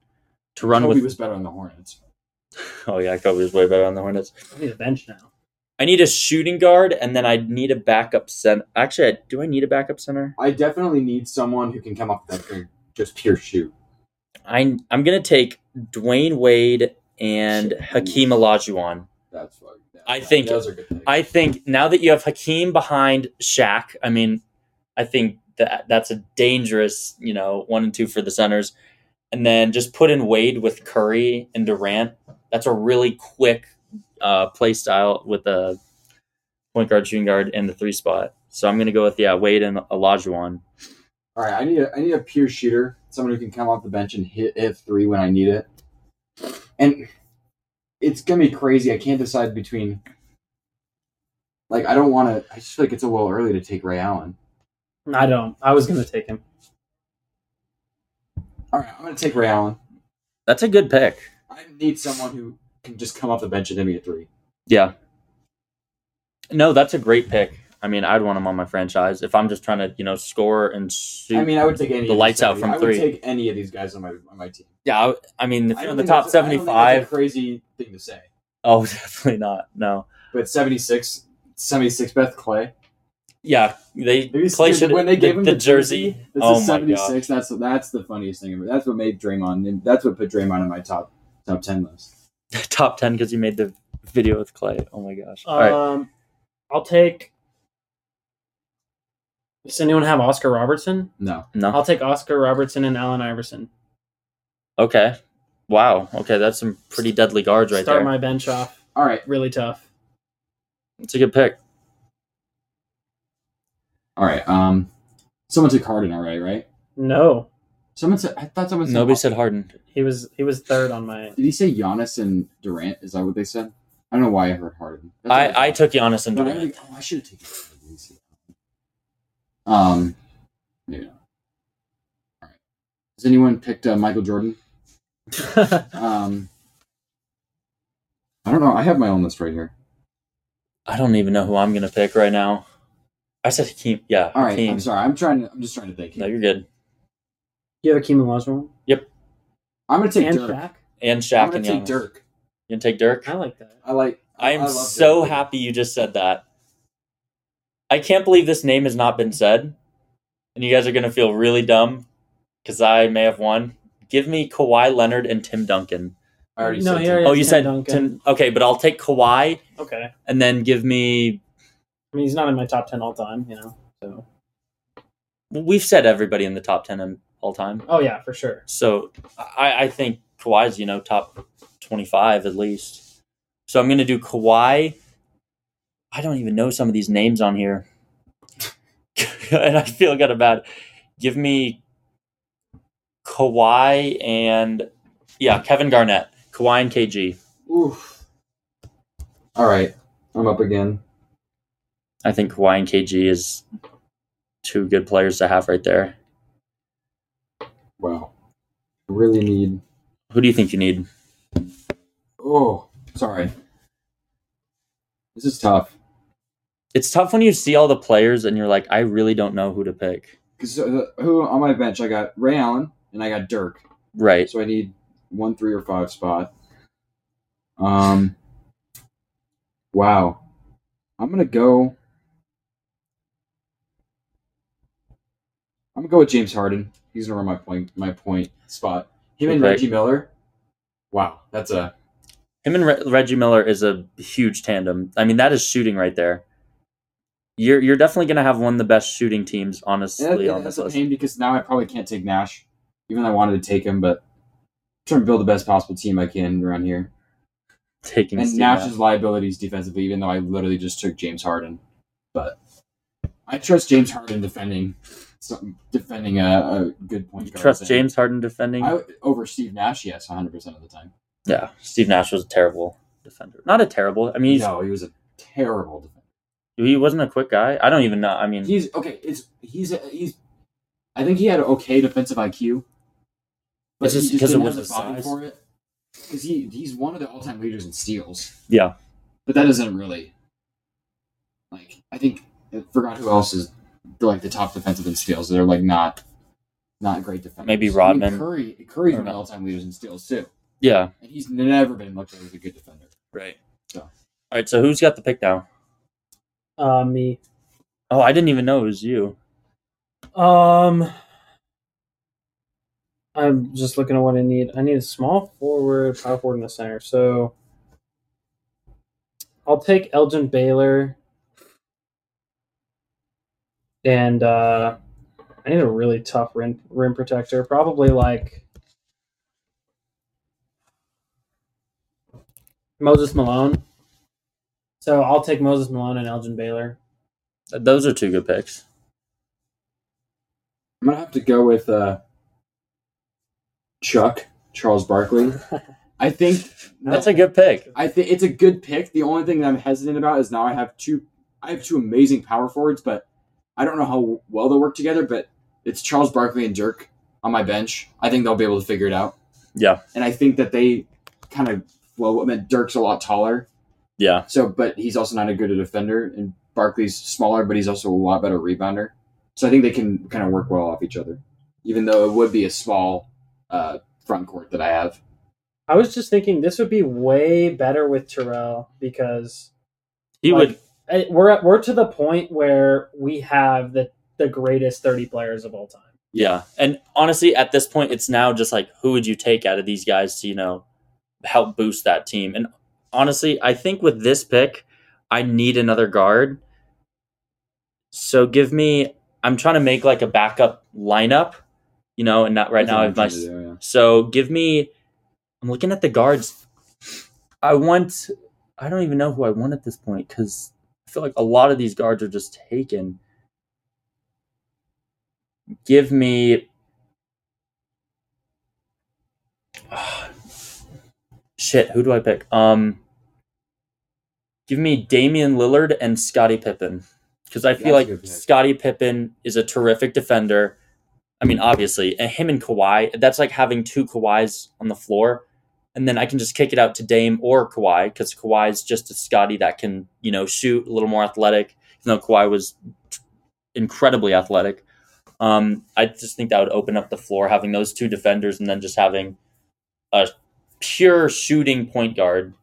[SPEAKER 1] to run
[SPEAKER 3] Kobe
[SPEAKER 1] with.
[SPEAKER 3] was better on the Hornets.
[SPEAKER 1] Oh yeah, Kobe was way better on the Hornets.
[SPEAKER 2] I need a bench now.
[SPEAKER 1] I need a shooting guard, and then I need a backup center. Actually, I, do I need a backup center?
[SPEAKER 3] I definitely need someone who can come up with that and just pure shoot.
[SPEAKER 1] I I'm gonna take Dwayne Wade and Hakeem Olajuwon.
[SPEAKER 3] That's what that-
[SPEAKER 1] I think-
[SPEAKER 3] those are good. Picks.
[SPEAKER 1] I think now that you have Hakeem behind Shaq, I mean, I think that that's a dangerous, you know, one and two for the centers. And then just put in Wade with Curry and Durant. That's a really quick uh, play style with the point guard, shooting guard, and the three spot. So I'm gonna go with yeah, Wade and Olajuwon.
[SPEAKER 3] All right, I need a I need a pure shooter, someone who can come off the bench and hit if three when I need it. And it's gonna be crazy. I can't decide between. Like I don't want to. I just feel like it's a little early to take Ray Allen.
[SPEAKER 2] I don't. I was gonna take him.
[SPEAKER 3] All right, I'm gonna take Ray Allen.
[SPEAKER 1] That's a good pick.
[SPEAKER 3] I need someone who can just come off the bench and hit me a three.
[SPEAKER 1] Yeah. No, that's a great pick. I mean, I'd want him on my franchise if I'm just trying to, you know, score and shoot.
[SPEAKER 3] I mean, I would take any.
[SPEAKER 1] The
[SPEAKER 3] of these
[SPEAKER 1] lights out
[SPEAKER 3] guys.
[SPEAKER 1] from
[SPEAKER 3] I would
[SPEAKER 1] three.
[SPEAKER 3] take any of these guys on my on my team.
[SPEAKER 1] yeah, I, I mean, if
[SPEAKER 3] I
[SPEAKER 1] you're
[SPEAKER 3] don't
[SPEAKER 1] in the
[SPEAKER 3] think
[SPEAKER 1] top
[SPEAKER 3] that's a- I don't think that's
[SPEAKER 1] 75,
[SPEAKER 3] a crazy thing to say.
[SPEAKER 1] oh, definitely not. No.
[SPEAKER 3] But 76, 76 Beth Clay.
[SPEAKER 1] Yeah, they
[SPEAKER 3] Maybe it's-
[SPEAKER 1] Clay should
[SPEAKER 3] when they gave him
[SPEAKER 1] the, jersey.
[SPEAKER 3] This
[SPEAKER 1] oh
[SPEAKER 3] is
[SPEAKER 1] my
[SPEAKER 3] seventy
[SPEAKER 1] god.
[SPEAKER 3] six. That's that's the funniest thing. Ever. That's what made Draymond. and That's what put Draymond in my top top ten list.
[SPEAKER 1] top 10 cuz he made the video with Clay. Oh my gosh. All
[SPEAKER 3] Uh,
[SPEAKER 1] right.
[SPEAKER 2] Um I'll take Does anyone have Oscar Robertson?
[SPEAKER 3] No,
[SPEAKER 1] No.
[SPEAKER 2] I'll take Oscar Robertson and Allen Iverson.
[SPEAKER 1] Okay. Wow. Okay, that's some pretty deadly guards right
[SPEAKER 2] Start
[SPEAKER 1] there.
[SPEAKER 2] my bench off.
[SPEAKER 3] all right,
[SPEAKER 2] Really tough.
[SPEAKER 1] It's a good pick.
[SPEAKER 3] all right. Um, someone took Harden already, right?
[SPEAKER 2] No.
[SPEAKER 3] Someone said. I thought someone said.
[SPEAKER 1] Nobody said Harden.
[SPEAKER 2] He was he was third on my
[SPEAKER 3] Did he say Giannis and Durant? Is that what they said? I don't know why I heard Harden. That's what
[SPEAKER 1] I, I took Giannis and
[SPEAKER 3] But I,
[SPEAKER 1] Durant.
[SPEAKER 3] think- oh, I should have taken. it. Um, maybe not. All right. Has anyone picked uh, Michael Jordan? Um, I don't know. I have my own list right here.
[SPEAKER 1] I don't even know who I'm gonna pick right now. I said Hakeem. Yeah,
[SPEAKER 3] All right.
[SPEAKER 1] Hakeem.
[SPEAKER 3] I'm sorry. I'm trying. To, I'm just trying to think.
[SPEAKER 1] No, you're good.
[SPEAKER 2] you have Akeem and Olajuwon
[SPEAKER 3] I'm gonna take
[SPEAKER 2] and
[SPEAKER 3] Dirk.
[SPEAKER 2] Shaq.
[SPEAKER 1] And
[SPEAKER 3] I'm
[SPEAKER 1] Shaq
[SPEAKER 3] gonna
[SPEAKER 1] and
[SPEAKER 3] take
[SPEAKER 1] Giannis.
[SPEAKER 3] Dirk.
[SPEAKER 1] You gonna take Dirk?
[SPEAKER 2] I like that.
[SPEAKER 3] I like.
[SPEAKER 1] I am
[SPEAKER 3] love
[SPEAKER 1] so
[SPEAKER 3] Dirk.
[SPEAKER 1] happy you just said that. I can't believe this name has not been said, and you guys are gonna feel really dumb because I may have won. Give me Kawhi Leonard and Tim Duncan.
[SPEAKER 3] I already
[SPEAKER 2] No,
[SPEAKER 3] said
[SPEAKER 2] he
[SPEAKER 3] Dirk.
[SPEAKER 2] already- Yeah,
[SPEAKER 1] oh, you
[SPEAKER 2] Tim
[SPEAKER 1] said
[SPEAKER 2] Duncan.
[SPEAKER 1] Tim. Okay, but I'll take Kawhi
[SPEAKER 2] Okay.
[SPEAKER 1] and then give me.
[SPEAKER 2] I mean, he's not in my top ten all time, you know. So.
[SPEAKER 1] We've said everybody in the top ten in- all time,
[SPEAKER 2] Oh yeah, for sure.
[SPEAKER 1] so I, I think Kawhi's you know top twenty five at least. So I'm gonna do Kawhi. I don't even know some of these names on here, and I feel kind of bad. Give me Kawhi and yeah, Kevin Garnett, Kawhi and KG.
[SPEAKER 3] Oof. All right. I'm up again.
[SPEAKER 1] I think Kawhi and KG is two good players to have right there.
[SPEAKER 3] Wow. I really need.
[SPEAKER 1] Who do you think you need?
[SPEAKER 3] Oh, sorry. This is tough.
[SPEAKER 1] It's tough when you see all the players and you're like, I really don't know who to pick.
[SPEAKER 3] Because uh, who on my bench? I got Ray Allen and I got Dirk.
[SPEAKER 1] Right.
[SPEAKER 3] So I need one, three, or five spot. Um. Wow. I'm gonna go. I'm gonna go with James Harden. He's gonna run my point. My point spot. Him and
[SPEAKER 1] Okay.
[SPEAKER 3] Reggie Miller. Wow, that's a
[SPEAKER 1] Him and Re- Reggie Miller is a huge tandem. I mean, that is shooting right there. You're you're definitely going to have one of the best shooting teams,
[SPEAKER 3] and
[SPEAKER 1] honestly,
[SPEAKER 3] that-
[SPEAKER 1] on
[SPEAKER 3] that's
[SPEAKER 1] this
[SPEAKER 3] a
[SPEAKER 1] list.
[SPEAKER 3] pain because now I probably can't take Nash, even though I wanted to take him. But I'm trying to build the best possible team I can around here.
[SPEAKER 1] Taking
[SPEAKER 3] and
[SPEAKER 1] Steve
[SPEAKER 3] Nash's
[SPEAKER 1] Nash.
[SPEAKER 3] liabilities defensively, even though I literally just took James Harden. But I trust James Harden defending some, defending a, a good point
[SPEAKER 1] You
[SPEAKER 3] guard.
[SPEAKER 1] trust
[SPEAKER 3] And
[SPEAKER 1] James Harden defending.
[SPEAKER 3] I, over Steve Nash, yes, 100% of the time.
[SPEAKER 1] yeah, Steve Nash was a terrible defender. Not a terrible. I mean, he's,
[SPEAKER 3] no, he was a terrible defender.
[SPEAKER 1] he wasn't a quick guy. I don't even know. I mean,
[SPEAKER 3] He's okay. It's he's a, he's. I think he had an okay defensive IQ. But
[SPEAKER 1] It's just
[SPEAKER 3] he
[SPEAKER 1] 'cause
[SPEAKER 3] just
[SPEAKER 1] it
[SPEAKER 3] didn't
[SPEAKER 1] was
[SPEAKER 3] have the
[SPEAKER 1] his
[SPEAKER 3] body
[SPEAKER 1] size.
[SPEAKER 3] for it. Because he he's one of the all time leaders in steals.
[SPEAKER 1] Yeah.
[SPEAKER 3] but that isn't really like I think I forgot who else is they're like the top defensive in steals. They're like not not great defenders.
[SPEAKER 1] Maybe
[SPEAKER 3] I mean,
[SPEAKER 1] Rodman.
[SPEAKER 3] Curry Curry's
[SPEAKER 1] Or
[SPEAKER 3] one of the
[SPEAKER 1] not.
[SPEAKER 3] all time leaders in steals too,
[SPEAKER 1] yeah,
[SPEAKER 3] and he's never been looked at as a good defender.
[SPEAKER 1] right.
[SPEAKER 3] So.
[SPEAKER 1] All right. So who's got the pick now?
[SPEAKER 2] Uh, me.
[SPEAKER 1] Oh, I didn't even know it was you.
[SPEAKER 2] Um, I'm just looking at what I need. I need a small forward, power forward, and a center. So I'll take Elgin Baylor. And uh, I need a really tough rim, rim protector. Probably like Moses Malone. So I'll take Moses Malone and Elgin Baylor.
[SPEAKER 1] Th- Those are two good picks.
[SPEAKER 3] I'm gonna have to go with uh, Chuck Charles Barkley. I think
[SPEAKER 1] That's a good pick.
[SPEAKER 3] I think it's a good pick. The only thing that I'm hesitant about is now I have two. I have two amazing power forwards, but I don't know how well they'll work together. But it's Charles Barkley and Dirk on my bench. I think they'll be able to figure it out.
[SPEAKER 1] Yeah.
[SPEAKER 3] and I think that they kind of well, I mean, Dirk's a lot taller,
[SPEAKER 1] Yeah.
[SPEAKER 3] so but he's also not a good defender, and Barkley's smaller, but he's also a lot better rebounder. So I think they can kind of work well off each other, even though it would be a small uh, front court that I have.
[SPEAKER 2] I was just thinking this would be way better with Terrell because
[SPEAKER 1] He
[SPEAKER 2] Like-
[SPEAKER 1] would.
[SPEAKER 2] I- we're at, we're to the point where we have the the greatest 30 players of all time.
[SPEAKER 1] Yeah. And honestly, at this point, it's now just like, who would you take out of these guys to, you know, help boost that team? And honestly, I think with this pick, I need another guard. So give me, I'm trying to make like a backup lineup, you know, and not right
[SPEAKER 3] That's
[SPEAKER 1] now.
[SPEAKER 3] what
[SPEAKER 1] I
[SPEAKER 3] I'm
[SPEAKER 1] have my,
[SPEAKER 3] trying to do, yeah.
[SPEAKER 1] so give me, I'm looking at the guards. I want, I don't even know who I want at this point because I feel like a lot of these guards are just taken. Give me. shit, who do I pick? Um, Give me Damian Lillard and Scottie Pippen because I feel
[SPEAKER 3] That's a good
[SPEAKER 1] like
[SPEAKER 3] pick.
[SPEAKER 1] Scottie Pippen is a terrific defender. I mean, obviously, and him and Kawhi, that's like having two Kawhis on the floor. And then I can just kick it out to Dame or Kawhi because Kawhi's just a Scotty that can, you know, shoot a little more athletic, even though Kawhi was incredibly athletic. Um, I just think that would open up the floor having those two defenders and then just having a pure shooting point guard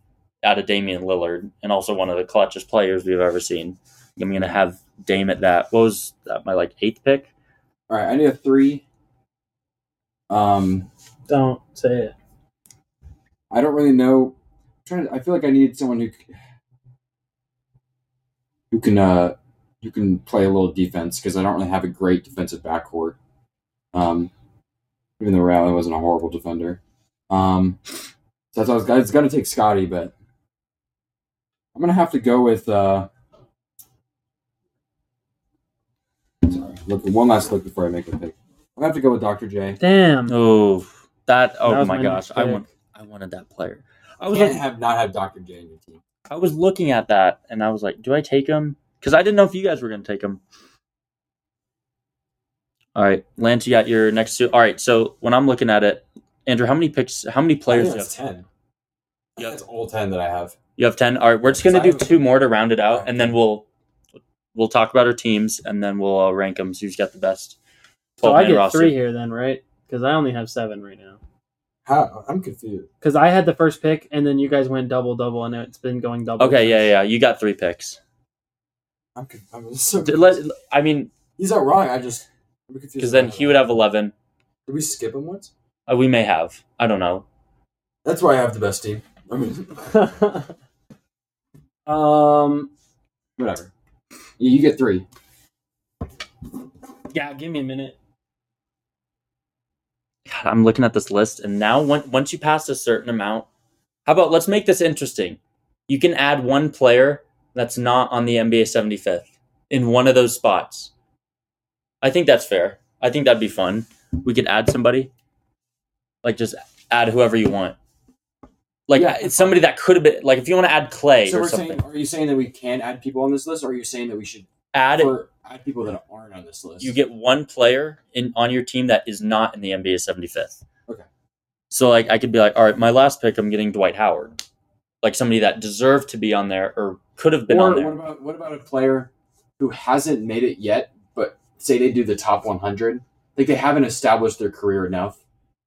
[SPEAKER 1] out of Damian Lillard and also one of the clutchest players we've ever seen. I'm gonna have Dame at that. What was that? My like eighth pick.
[SPEAKER 3] All right, I need a three. Um,
[SPEAKER 2] Don't say it.
[SPEAKER 3] I don't really know. I'm trying to, I feel like I needed someone who c- who can uh who can play a little defense because I don't really have a great defensive backcourt. Um, even though Riley wasn't a horrible defender. Um, so that's what I was. I was gonna take Scotty, but I'm gonna have to go with. uh Sorry, look one last look before I make a pick. I'm gonna have to go with Dr. J.
[SPEAKER 2] Damn.
[SPEAKER 1] Oh, that. Oh
[SPEAKER 2] That was
[SPEAKER 1] my,
[SPEAKER 2] my
[SPEAKER 1] gosh,
[SPEAKER 2] next
[SPEAKER 1] I
[SPEAKER 2] pick.
[SPEAKER 1] want. I wanted that player. I
[SPEAKER 3] You
[SPEAKER 1] was.
[SPEAKER 3] can't have not have Dr. J in your team.
[SPEAKER 1] I was looking at that, and I was like, "Do I take him?" Because I didn't know if you guys were gonna take him. All right, Lance, you got your next two. All right, so when I'm looking at it, Andrew, how many picks? How many players?
[SPEAKER 3] I
[SPEAKER 1] Do you,
[SPEAKER 3] think
[SPEAKER 1] have?
[SPEAKER 3] that's ten. Yeah, it's all ten that I have.
[SPEAKER 1] you have ten. All right, we're just gonna
[SPEAKER 3] I
[SPEAKER 1] do
[SPEAKER 3] have-
[SPEAKER 1] two more to round it out,
[SPEAKER 3] Alright.
[SPEAKER 1] and then we'll we'll talk about our teams, and then we'll uh, rank them. So who's got the best?
[SPEAKER 2] So I
[SPEAKER 1] 12-man
[SPEAKER 2] get
[SPEAKER 1] roster.
[SPEAKER 2] three here then, right? Because I only have seven right now.
[SPEAKER 3] How? I'm confused.
[SPEAKER 2] Because I had the first pick, and then you guys went double double, and it's been going double.
[SPEAKER 1] Okay, yeah, yeah, you got three picks.
[SPEAKER 3] I'm, con- I'm so
[SPEAKER 1] D- Let, I mean,
[SPEAKER 3] He's not wrong. I just I'm confused.
[SPEAKER 1] because then he would have eleven.
[SPEAKER 3] Did we skip him once?
[SPEAKER 1] Uh, we may have. I don't know.
[SPEAKER 3] That's why I have the best team. I mean,
[SPEAKER 2] yeah. um.
[SPEAKER 3] whatever. You you get three.
[SPEAKER 2] Yeah, give me a minute.
[SPEAKER 1] God, I'm looking at this list, and now on- once you pass a certain amount, how about let's make this interesting? You can add one player that's not on the NBA 75th in one of those spots. I think that's fair. I think that'd be fun. We could add somebody, like just add whoever you want. Like
[SPEAKER 3] Yeah.
[SPEAKER 1] it's somebody that could have been like if you want to add Clay
[SPEAKER 3] So
[SPEAKER 1] or
[SPEAKER 3] we're
[SPEAKER 1] something,
[SPEAKER 3] saying, are you saying that we can add people on this list, or are you saying that we should
[SPEAKER 1] add
[SPEAKER 3] or add people that aren't on this list?
[SPEAKER 1] you get one player in on your team that is not in the NBA 75th.
[SPEAKER 3] Okay.
[SPEAKER 1] So like I could be like, all right, my last pick, I'm getting Dwight Howard, like somebody that deserved to be on there or could have been
[SPEAKER 3] or
[SPEAKER 1] on there.
[SPEAKER 3] what about what about a player who hasn't made it yet, but say they do the top 100, like they haven't established their career enough,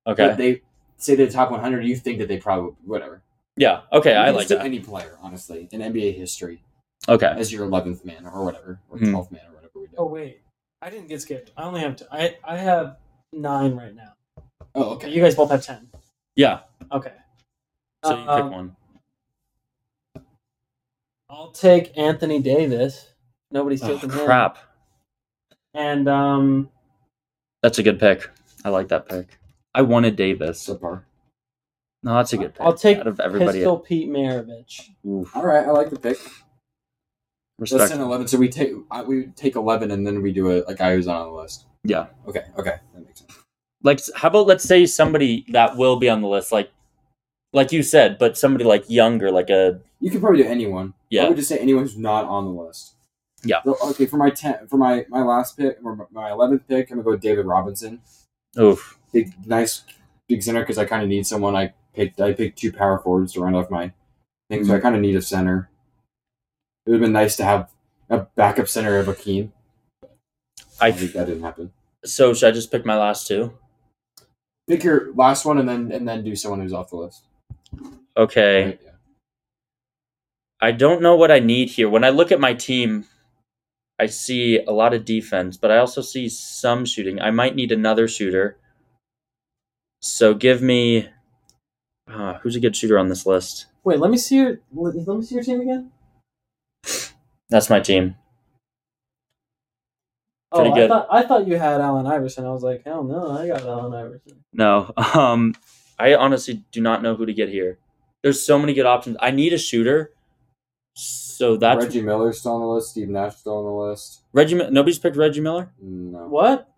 [SPEAKER 1] okay.
[SPEAKER 3] but they say they're the top 100. You think that they probably whatever.
[SPEAKER 1] yeah. Okay.
[SPEAKER 3] You
[SPEAKER 1] I
[SPEAKER 3] can
[SPEAKER 1] like
[SPEAKER 3] sit
[SPEAKER 1] that.
[SPEAKER 3] Any player, honestly, in NBA history,
[SPEAKER 1] Okay.
[SPEAKER 3] as your eleventh man or whatever, or
[SPEAKER 1] Hmm.
[SPEAKER 3] twelfth man or whatever we do.
[SPEAKER 2] Oh wait, I didn't get skipped. I only have two. I I have nine right now.
[SPEAKER 3] Oh, okay.
[SPEAKER 2] You guys both have ten.
[SPEAKER 1] Yeah.
[SPEAKER 2] Okay.
[SPEAKER 1] So you
[SPEAKER 2] Um,
[SPEAKER 1] pick one.
[SPEAKER 2] I'll take Anthony Davis. Nobody's
[SPEAKER 1] Oh,
[SPEAKER 2] taking him.
[SPEAKER 1] crap.
[SPEAKER 2] And um,
[SPEAKER 1] That's a good pick. I like that pick. I wanted Davis.
[SPEAKER 3] Subpar.
[SPEAKER 1] No, that's a good pick.
[SPEAKER 2] I'll take
[SPEAKER 1] out of everybody.
[SPEAKER 2] Pistol Pete Maravich.
[SPEAKER 1] Oof,
[SPEAKER 3] All right, I like the pick. That's
[SPEAKER 1] respect.
[SPEAKER 3] an eleven. So we take I, we take eleven, and then we do a, a guy who's not on the list.
[SPEAKER 1] Yeah.
[SPEAKER 3] Okay. Okay. That makes sense.
[SPEAKER 1] like how about let's say somebody that will be on the list, like like you said, but somebody like younger, like a
[SPEAKER 3] You could probably do anyone. I
[SPEAKER 1] yeah.
[SPEAKER 3] would just say anyone who's not on the list.
[SPEAKER 1] Yeah.
[SPEAKER 3] So, okay. For my ten, for my my last pick, or my eleventh pick, I'm gonna go with David Robinson.
[SPEAKER 1] Oof.
[SPEAKER 3] Big, nice, big center because I kind of need someone. I picked I picked two power forwards to round off my thing, so I
[SPEAKER 1] Mm-hmm.
[SPEAKER 3] kind of need a center. It would have been nice to have a backup center of Akeem. I
[SPEAKER 1] I
[SPEAKER 3] think that didn't happen.
[SPEAKER 1] so should I just pick my last two?
[SPEAKER 3] Pick your last one and then and then do someone who's off the list.
[SPEAKER 1] Okay.
[SPEAKER 3] Right? Yeah.
[SPEAKER 1] I don't know what I need here. When I look at my team, I see a lot of defense, but I also see some shooting. I might need another shooter. So give me uh, who's a good shooter on this list?
[SPEAKER 2] Wait, let me see your let, let me see your team again.
[SPEAKER 1] That's my team.
[SPEAKER 2] Oh,
[SPEAKER 1] Pretty
[SPEAKER 2] I
[SPEAKER 1] good.
[SPEAKER 2] thought I thought you had Allen Iverson. I was like, hell no, I got Allen Iverson.
[SPEAKER 1] No. Um I honestly do not know who to get here. There's so many good options. I need a shooter. So that's Reggie,
[SPEAKER 3] Reggie Miller's still on the list. Steve Nash still on the list.
[SPEAKER 1] Mi- nobody's picked Reggie Miller?
[SPEAKER 3] No.
[SPEAKER 2] What?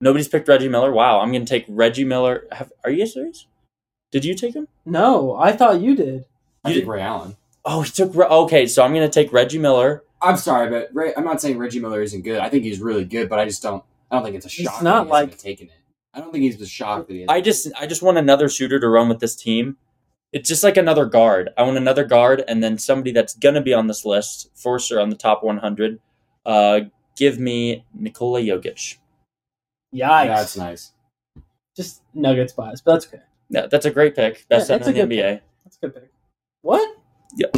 [SPEAKER 1] Nobody's picked Reggie Miller. Wow, I'm going to take Reggie Miller. Have, are you serious? Did you take him?
[SPEAKER 2] No, I thought you did.
[SPEAKER 3] I
[SPEAKER 1] You
[SPEAKER 3] think Ray Allen.
[SPEAKER 1] Oh, he took. Re- Okay, so I'm going to take Reggie Miller.
[SPEAKER 3] I'm sorry, but Ray, I'm not saying Reggie Miller isn't good. I think he's really good, but I just don't. I don't think it's a
[SPEAKER 2] He's
[SPEAKER 3] shock. that
[SPEAKER 2] not
[SPEAKER 3] he hasn't
[SPEAKER 2] like-
[SPEAKER 3] taken it. I don't think he's the shock that he. Has.
[SPEAKER 1] I just I just want another shooter to run with this team. It's just like another guard. I want another guard, and then somebody that's gonna be on this list for sure on the top 100. Uh, give me Nikola Jokic.
[SPEAKER 2] Yikes!
[SPEAKER 3] That's nice.
[SPEAKER 2] Just Nuggets bias, but that's okay.
[SPEAKER 1] Yeah, that's a great pick.
[SPEAKER 2] Yeah,
[SPEAKER 1] Best
[SPEAKER 2] that's
[SPEAKER 1] center
[SPEAKER 2] a
[SPEAKER 1] in the
[SPEAKER 2] good
[SPEAKER 1] NBA.
[SPEAKER 2] That's a good pick. What?
[SPEAKER 1] Yep.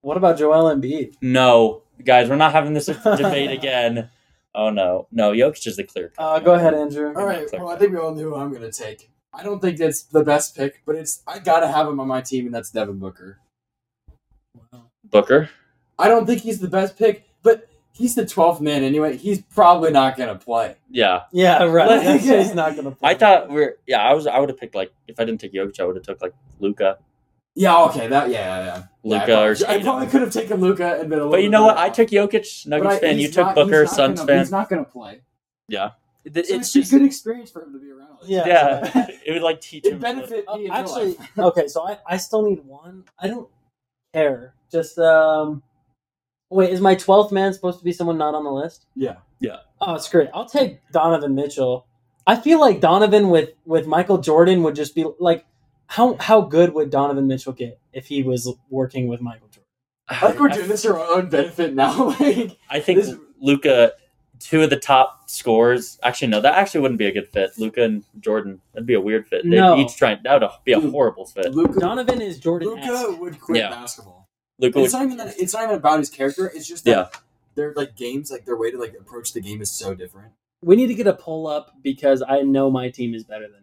[SPEAKER 2] What about Joel Embiid?
[SPEAKER 1] No, guys, we're not having this debate again. Oh no, no, Jokic is the clear. cut.
[SPEAKER 2] Uh, go ahead, Andrew.
[SPEAKER 3] All right. Well, I think we all knew who I'm going to take. I don't think that's the best pick, but it's I got to have him on my team, and that's Devin Booker.
[SPEAKER 1] Booker.
[SPEAKER 3] I don't think he's the best pick, but he's the 12th man anyway. He's probably not going to play.
[SPEAKER 1] Yeah,
[SPEAKER 2] Yeah, right.
[SPEAKER 1] Like-
[SPEAKER 2] He's not gonna. Play.
[SPEAKER 1] I thought we're. Yeah, I was. I would have picked like if I didn't take Jokic, I would have took like Luca,
[SPEAKER 3] Yeah. Okay. That. Yeah. yeah, yeah.
[SPEAKER 1] Luca
[SPEAKER 3] yeah, I
[SPEAKER 1] or.
[SPEAKER 3] probably- I probably could have taken Luca and been a little.
[SPEAKER 1] But you
[SPEAKER 3] bit
[SPEAKER 1] know what?
[SPEAKER 3] better
[SPEAKER 1] I
[SPEAKER 3] off.
[SPEAKER 1] took Jokic,
[SPEAKER 3] But
[SPEAKER 1] Nuggets
[SPEAKER 3] I-
[SPEAKER 1] fan.
[SPEAKER 3] he's
[SPEAKER 1] You took
[SPEAKER 3] not- he's
[SPEAKER 1] Booker,
[SPEAKER 3] not
[SPEAKER 1] Suns
[SPEAKER 3] gonna-
[SPEAKER 1] fan.
[SPEAKER 3] He's not going to play.
[SPEAKER 1] Th-
[SPEAKER 3] So
[SPEAKER 1] it's
[SPEAKER 3] it'd
[SPEAKER 1] just
[SPEAKER 3] be a good experience for him to be around.
[SPEAKER 2] Yeah.
[SPEAKER 1] yeah. it would like teach
[SPEAKER 3] It
[SPEAKER 1] him.
[SPEAKER 3] benefit
[SPEAKER 2] Uh,
[SPEAKER 3] me. in real
[SPEAKER 2] actually,
[SPEAKER 3] life.
[SPEAKER 2] okay. So I, I still need one. I don't care. Just um, wait. Is my twelfth man supposed to be someone not on the list?
[SPEAKER 3] Yeah.
[SPEAKER 2] Oh, it's great. I'll take Donovan Mitchell. I feel like Donovan with with Michael Jordan would just be like, how how good would Donovan Mitchell get if he was working with Michael Jordan?
[SPEAKER 3] I think we're doing this for our own benefit now. like,
[SPEAKER 1] I think
[SPEAKER 3] this-
[SPEAKER 1] Luca, two of the top scorers. Actually, no, that actually wouldn't be a good fit. Luca and Jordan, that'd be a weird fit. They'd
[SPEAKER 2] No.
[SPEAKER 1] each try. That would be a horrible fit.
[SPEAKER 3] Luca,
[SPEAKER 2] Donovan is Jordan.
[SPEAKER 3] Luca would quit
[SPEAKER 1] Yeah.
[SPEAKER 3] basketball.
[SPEAKER 1] Luca would
[SPEAKER 3] It's not even that, it's not even about his character. It's just that their like games, like their way to like approach the game is so different.
[SPEAKER 2] We need to get a pull up because I know my team is better than.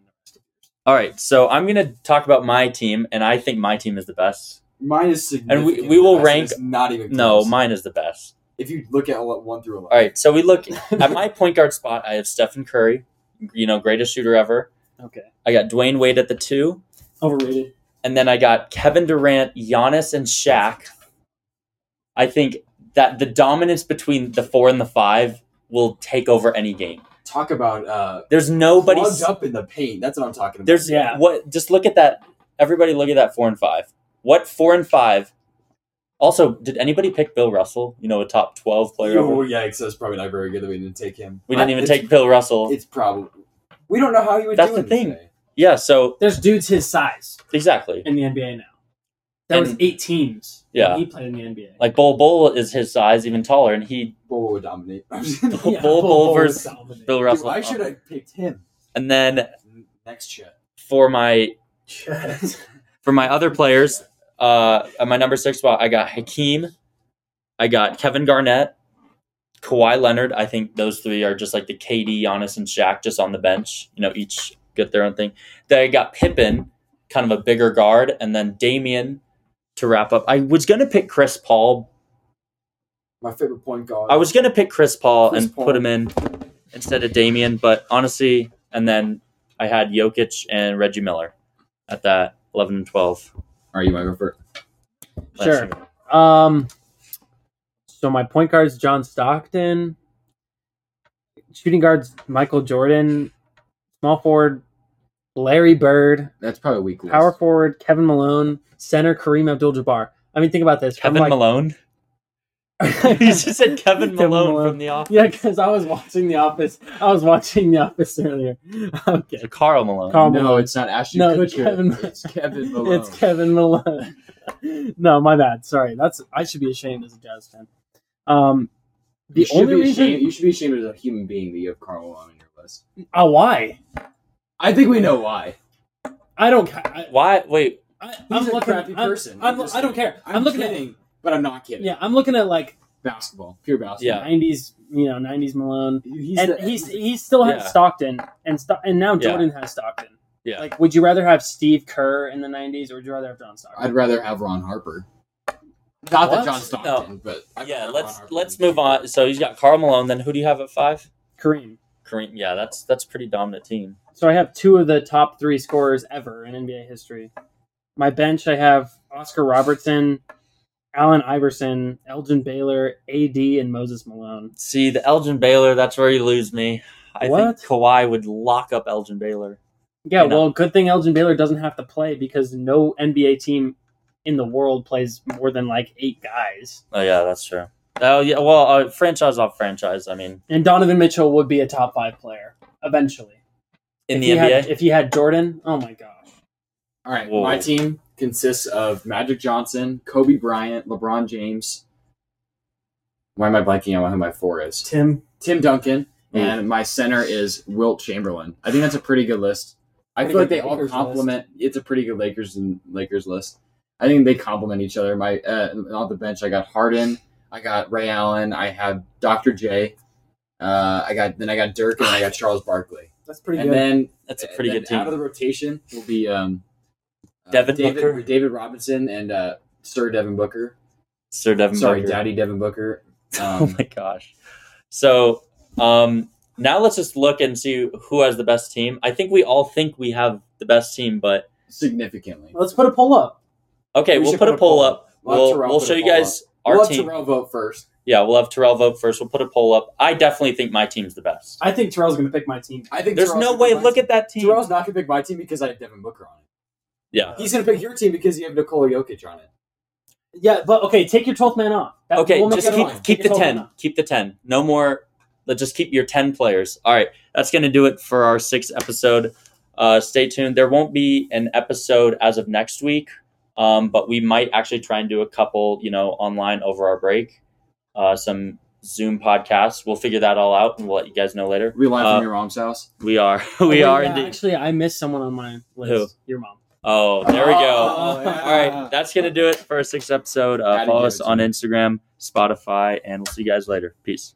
[SPEAKER 1] All right, so I'm gonna talk about my team, and I think my team is the best.
[SPEAKER 3] Mine is significant.
[SPEAKER 1] we will rank-
[SPEAKER 3] not even
[SPEAKER 1] No,
[SPEAKER 3] close.
[SPEAKER 1] mine is the best.
[SPEAKER 3] If you look at ele- one through eleven,
[SPEAKER 1] All right, so we look at my point guard spot. I have Stephen Curry, you know, greatest shooter ever.
[SPEAKER 2] Okay.
[SPEAKER 1] I got Dwayne Wade at the two,
[SPEAKER 2] Overrated.
[SPEAKER 1] and then I got Kevin Durant, Giannis, and Shaq. I think that the dominance between the four and the five will take over any game.
[SPEAKER 3] talk about uh,
[SPEAKER 1] There's nobody.
[SPEAKER 3] plugged up in the paint. That's what I'm talking about.
[SPEAKER 1] There's
[SPEAKER 2] Yeah.
[SPEAKER 1] what? Just look at that. Everybody, look at that four and five. What four and five? Also, did anybody pick Bill Russell? You know, a top twelve player.
[SPEAKER 3] Oh, yikes! That's probably not very good that we didn't take him.
[SPEAKER 1] we didn't
[SPEAKER 3] I-
[SPEAKER 1] even
[SPEAKER 3] it's-
[SPEAKER 1] take Bill Russell.
[SPEAKER 3] It's probably we don't know how he would.
[SPEAKER 1] That's
[SPEAKER 3] do
[SPEAKER 1] the
[SPEAKER 3] it
[SPEAKER 1] thing.
[SPEAKER 3] today.
[SPEAKER 1] Yeah. So
[SPEAKER 2] There's dudes his size
[SPEAKER 1] exactly,
[SPEAKER 2] in the NBA now. There was
[SPEAKER 1] And-
[SPEAKER 2] eight teams. when
[SPEAKER 1] Yeah.
[SPEAKER 2] He played in the NBA.
[SPEAKER 1] like Bull Bull is his size, even taller, and he
[SPEAKER 3] Bull would dominate.
[SPEAKER 1] Bull Bull, versus
[SPEAKER 2] Donovan.
[SPEAKER 1] Bill Russell.
[SPEAKER 3] Dude, I should have picked him
[SPEAKER 1] And then
[SPEAKER 3] next shot.
[SPEAKER 1] for my for my other players, uh, at my number six spot, I got Hakeem, I got Kevin Garnett, Kawhi Leonard. I think those three are just like the KD, Giannis, and Shaq just on the bench. You know, each get their own thing. Then I got Pippen, kind of a bigger guard, and then Damian to wrap up. I was gonna pick Chris Paul.
[SPEAKER 3] My favorite point guard.
[SPEAKER 1] I was gonna pick Chris Paul
[SPEAKER 3] Chris
[SPEAKER 1] and
[SPEAKER 3] Paul.
[SPEAKER 1] put him in instead of Damian, but honestly, and then I had Jokic and Reggie Miller at that eleven and twelve.
[SPEAKER 3] All right, you might go first.
[SPEAKER 1] Let's
[SPEAKER 2] Sure.
[SPEAKER 1] see.
[SPEAKER 2] Um, so my point guard's John Stockton. Shooting guards Michael Jordan. Small forward Larry Bird.
[SPEAKER 3] That's probably a weak list.
[SPEAKER 2] Power forward Kevin Malone. Center Kareem Abdul-Jabbar. I mean, think about this. from,
[SPEAKER 1] Kevin
[SPEAKER 2] like-
[SPEAKER 1] Malone. he just said Kevin
[SPEAKER 2] Kevin
[SPEAKER 1] Malone,
[SPEAKER 2] Malone.
[SPEAKER 1] from The Office.
[SPEAKER 2] Yeah, because I was watching The Office. I was watching The Office earlier. Okay.
[SPEAKER 1] Carl Malone.
[SPEAKER 2] Carl-
[SPEAKER 3] No, it's not Ashton
[SPEAKER 2] No, it's
[SPEAKER 3] Kutcher.
[SPEAKER 2] Kevin-
[SPEAKER 3] It's Kevin Malone.
[SPEAKER 2] It's Kevin Malone. no, my bad. Sorry. That's I should be ashamed as a Jazz fan. Um, the
[SPEAKER 3] you should
[SPEAKER 2] only
[SPEAKER 3] be
[SPEAKER 2] reason.
[SPEAKER 3] ashamed. You should be ashamed as a human being that you have Carl Malone on your list.
[SPEAKER 2] Oh, why?
[SPEAKER 3] I think we know why.
[SPEAKER 2] I don't. ca- I,
[SPEAKER 1] Why? Wait,
[SPEAKER 2] I, am
[SPEAKER 3] He's a
[SPEAKER 2] looking,
[SPEAKER 3] crappy
[SPEAKER 2] I'm-
[SPEAKER 3] person.
[SPEAKER 2] I'm,
[SPEAKER 3] I'm just-
[SPEAKER 2] I do not care. I'm,
[SPEAKER 3] I'm,
[SPEAKER 2] looking
[SPEAKER 3] kidding, but I'm not
[SPEAKER 2] at
[SPEAKER 3] kidding.
[SPEAKER 2] yeah. I'm looking at like
[SPEAKER 3] basketball, pure basketball.
[SPEAKER 1] Yeah.
[SPEAKER 2] 90s, you know, 90s Malone,
[SPEAKER 3] he's
[SPEAKER 2] and
[SPEAKER 3] the-
[SPEAKER 2] he's he still has
[SPEAKER 1] Yeah.
[SPEAKER 2] Stockton, and Sto- and now
[SPEAKER 1] Yeah.
[SPEAKER 2] Jordan has Stockton.
[SPEAKER 1] Yeah.
[SPEAKER 2] Like, would you rather have Steve Kerr in the 90s, or would you rather have John Stockton?
[SPEAKER 3] I'd rather have Ron Harper. Not
[SPEAKER 2] What?
[SPEAKER 3] that John Stockton, but I'd rather
[SPEAKER 1] yeah.
[SPEAKER 3] have Ron
[SPEAKER 1] Let's
[SPEAKER 3] Harper.
[SPEAKER 1] let's move on. So he's got Carl Malone. Then who do you have at five?
[SPEAKER 2] Kareem.
[SPEAKER 1] Kareem. Yeah, that's that's pretty dominant team.
[SPEAKER 2] So I have two of the top three scorers ever in NBA history. My bench, I have Oscar Robertson, Allen Iverson, Elgin Baylor, AD, and Moses Malone.
[SPEAKER 1] See the Elgin Baylor. That's where you lose me. I
[SPEAKER 2] What?
[SPEAKER 1] think Kawhi would lock up Elgin Baylor.
[SPEAKER 2] Yeah,
[SPEAKER 1] You know.
[SPEAKER 2] well, good thing Elgin Baylor doesn't have to play because no NBA team in the world plays more than like eight guys.
[SPEAKER 1] Oh yeah, that's true. Oh yeah, well, uh, franchise off franchise. I mean,
[SPEAKER 2] And Donovan Mitchell would be a top five player eventually.
[SPEAKER 1] in
[SPEAKER 2] if
[SPEAKER 1] the
[SPEAKER 2] he
[SPEAKER 1] NBA,
[SPEAKER 2] Had, if he had Jordan, oh my gosh.
[SPEAKER 3] All right,
[SPEAKER 1] Whoa.
[SPEAKER 3] my team consists of Magic Johnson, Kobe Bryant, LeBron James. Why am I blanking on who my four is?
[SPEAKER 2] Tim.
[SPEAKER 3] Tim Duncan,
[SPEAKER 1] Mm.
[SPEAKER 3] and my center is Wilt Chamberlain. I think that's a pretty good list. I
[SPEAKER 2] Pretty
[SPEAKER 3] feel like
[SPEAKER 2] good
[SPEAKER 3] they all
[SPEAKER 2] Lakers
[SPEAKER 3] complement. It's a pretty good Lakers and Lakers list. I think they complement each other. My uh, on the bench, I got Harden, I got Ray Allen, I have Dr. J, uh, I got then I got Dirk, and I got Charles Barkley.
[SPEAKER 2] That's pretty
[SPEAKER 3] and
[SPEAKER 2] good.
[SPEAKER 3] then
[SPEAKER 1] that's a pretty
[SPEAKER 3] and
[SPEAKER 1] good
[SPEAKER 3] then Out of
[SPEAKER 1] team.
[SPEAKER 3] the rotation will be um, uh,
[SPEAKER 1] Devin
[SPEAKER 3] David,
[SPEAKER 1] Booker?
[SPEAKER 3] David Robinson, and uh, Sir Devin Booker.
[SPEAKER 1] Sir Devin
[SPEAKER 3] Sorry,
[SPEAKER 1] Booker.
[SPEAKER 3] Daddy Devin Booker.
[SPEAKER 1] oh
[SPEAKER 3] Um,
[SPEAKER 1] my gosh. So um, now let's just look and see who has the best team. I think we all think we have the best team, but
[SPEAKER 3] significantly.
[SPEAKER 2] Let's put a poll up.
[SPEAKER 1] okay,
[SPEAKER 3] We
[SPEAKER 1] we will
[SPEAKER 3] should
[SPEAKER 1] put, a poll up.
[SPEAKER 3] We'll have
[SPEAKER 1] We'll,
[SPEAKER 3] Terrell
[SPEAKER 1] we'll
[SPEAKER 3] put a
[SPEAKER 1] show you
[SPEAKER 3] poll up.
[SPEAKER 1] guys our
[SPEAKER 3] we'll
[SPEAKER 1] team.
[SPEAKER 3] Have Terrell vote first.
[SPEAKER 1] Yeah, we'll have Terrell vote first. We'll put a poll up. I definitely think my team's the best.
[SPEAKER 2] I think Terrell's going to pick my team.
[SPEAKER 3] I think
[SPEAKER 1] There's
[SPEAKER 3] Terrell's
[SPEAKER 1] no
[SPEAKER 3] gonna pick
[SPEAKER 1] way.
[SPEAKER 3] my
[SPEAKER 1] Look
[SPEAKER 3] team.
[SPEAKER 1] at that team.
[SPEAKER 3] Terrell's not gonna pick my team because I have Devin Booker on it.
[SPEAKER 1] yeah.
[SPEAKER 3] He's gonna pick your team because you have Nikola Jokic on it.
[SPEAKER 2] Yeah, but okay, take your 12th man off. That-
[SPEAKER 1] Okay,
[SPEAKER 2] we'll make
[SPEAKER 1] just
[SPEAKER 2] it
[SPEAKER 1] keep
[SPEAKER 2] one.
[SPEAKER 1] keep
[SPEAKER 2] Take
[SPEAKER 1] the
[SPEAKER 2] your 12th man
[SPEAKER 1] ten.
[SPEAKER 2] off.
[SPEAKER 1] Keep the ten. No more. Let's just keep your ten players. All right, that's gonna do it for our sixth episode. Uh, stay tuned. There won't be an episode as of next week, um, but we might actually try and do a couple, you know, online over our break. Uh, some Zoom podcasts. We'll figure that all out, and we'll let you guys know later.
[SPEAKER 3] We live
[SPEAKER 1] Uh,
[SPEAKER 3] from your mom's house.
[SPEAKER 1] We are, we
[SPEAKER 2] Oh, wait,
[SPEAKER 1] are
[SPEAKER 2] yeah,
[SPEAKER 1] indeed.
[SPEAKER 2] Actually, I missed someone on my list. Your mom.
[SPEAKER 1] Oh, there we go.
[SPEAKER 2] Oh, yeah.
[SPEAKER 1] All right, that's gonna do it for our sixth episode. Uh,
[SPEAKER 3] Gotta
[SPEAKER 1] follow
[SPEAKER 3] give
[SPEAKER 1] us
[SPEAKER 3] it Ah. to
[SPEAKER 1] on
[SPEAKER 3] me.
[SPEAKER 1] Instagram, Spotify, and we'll see you guys later. Peace.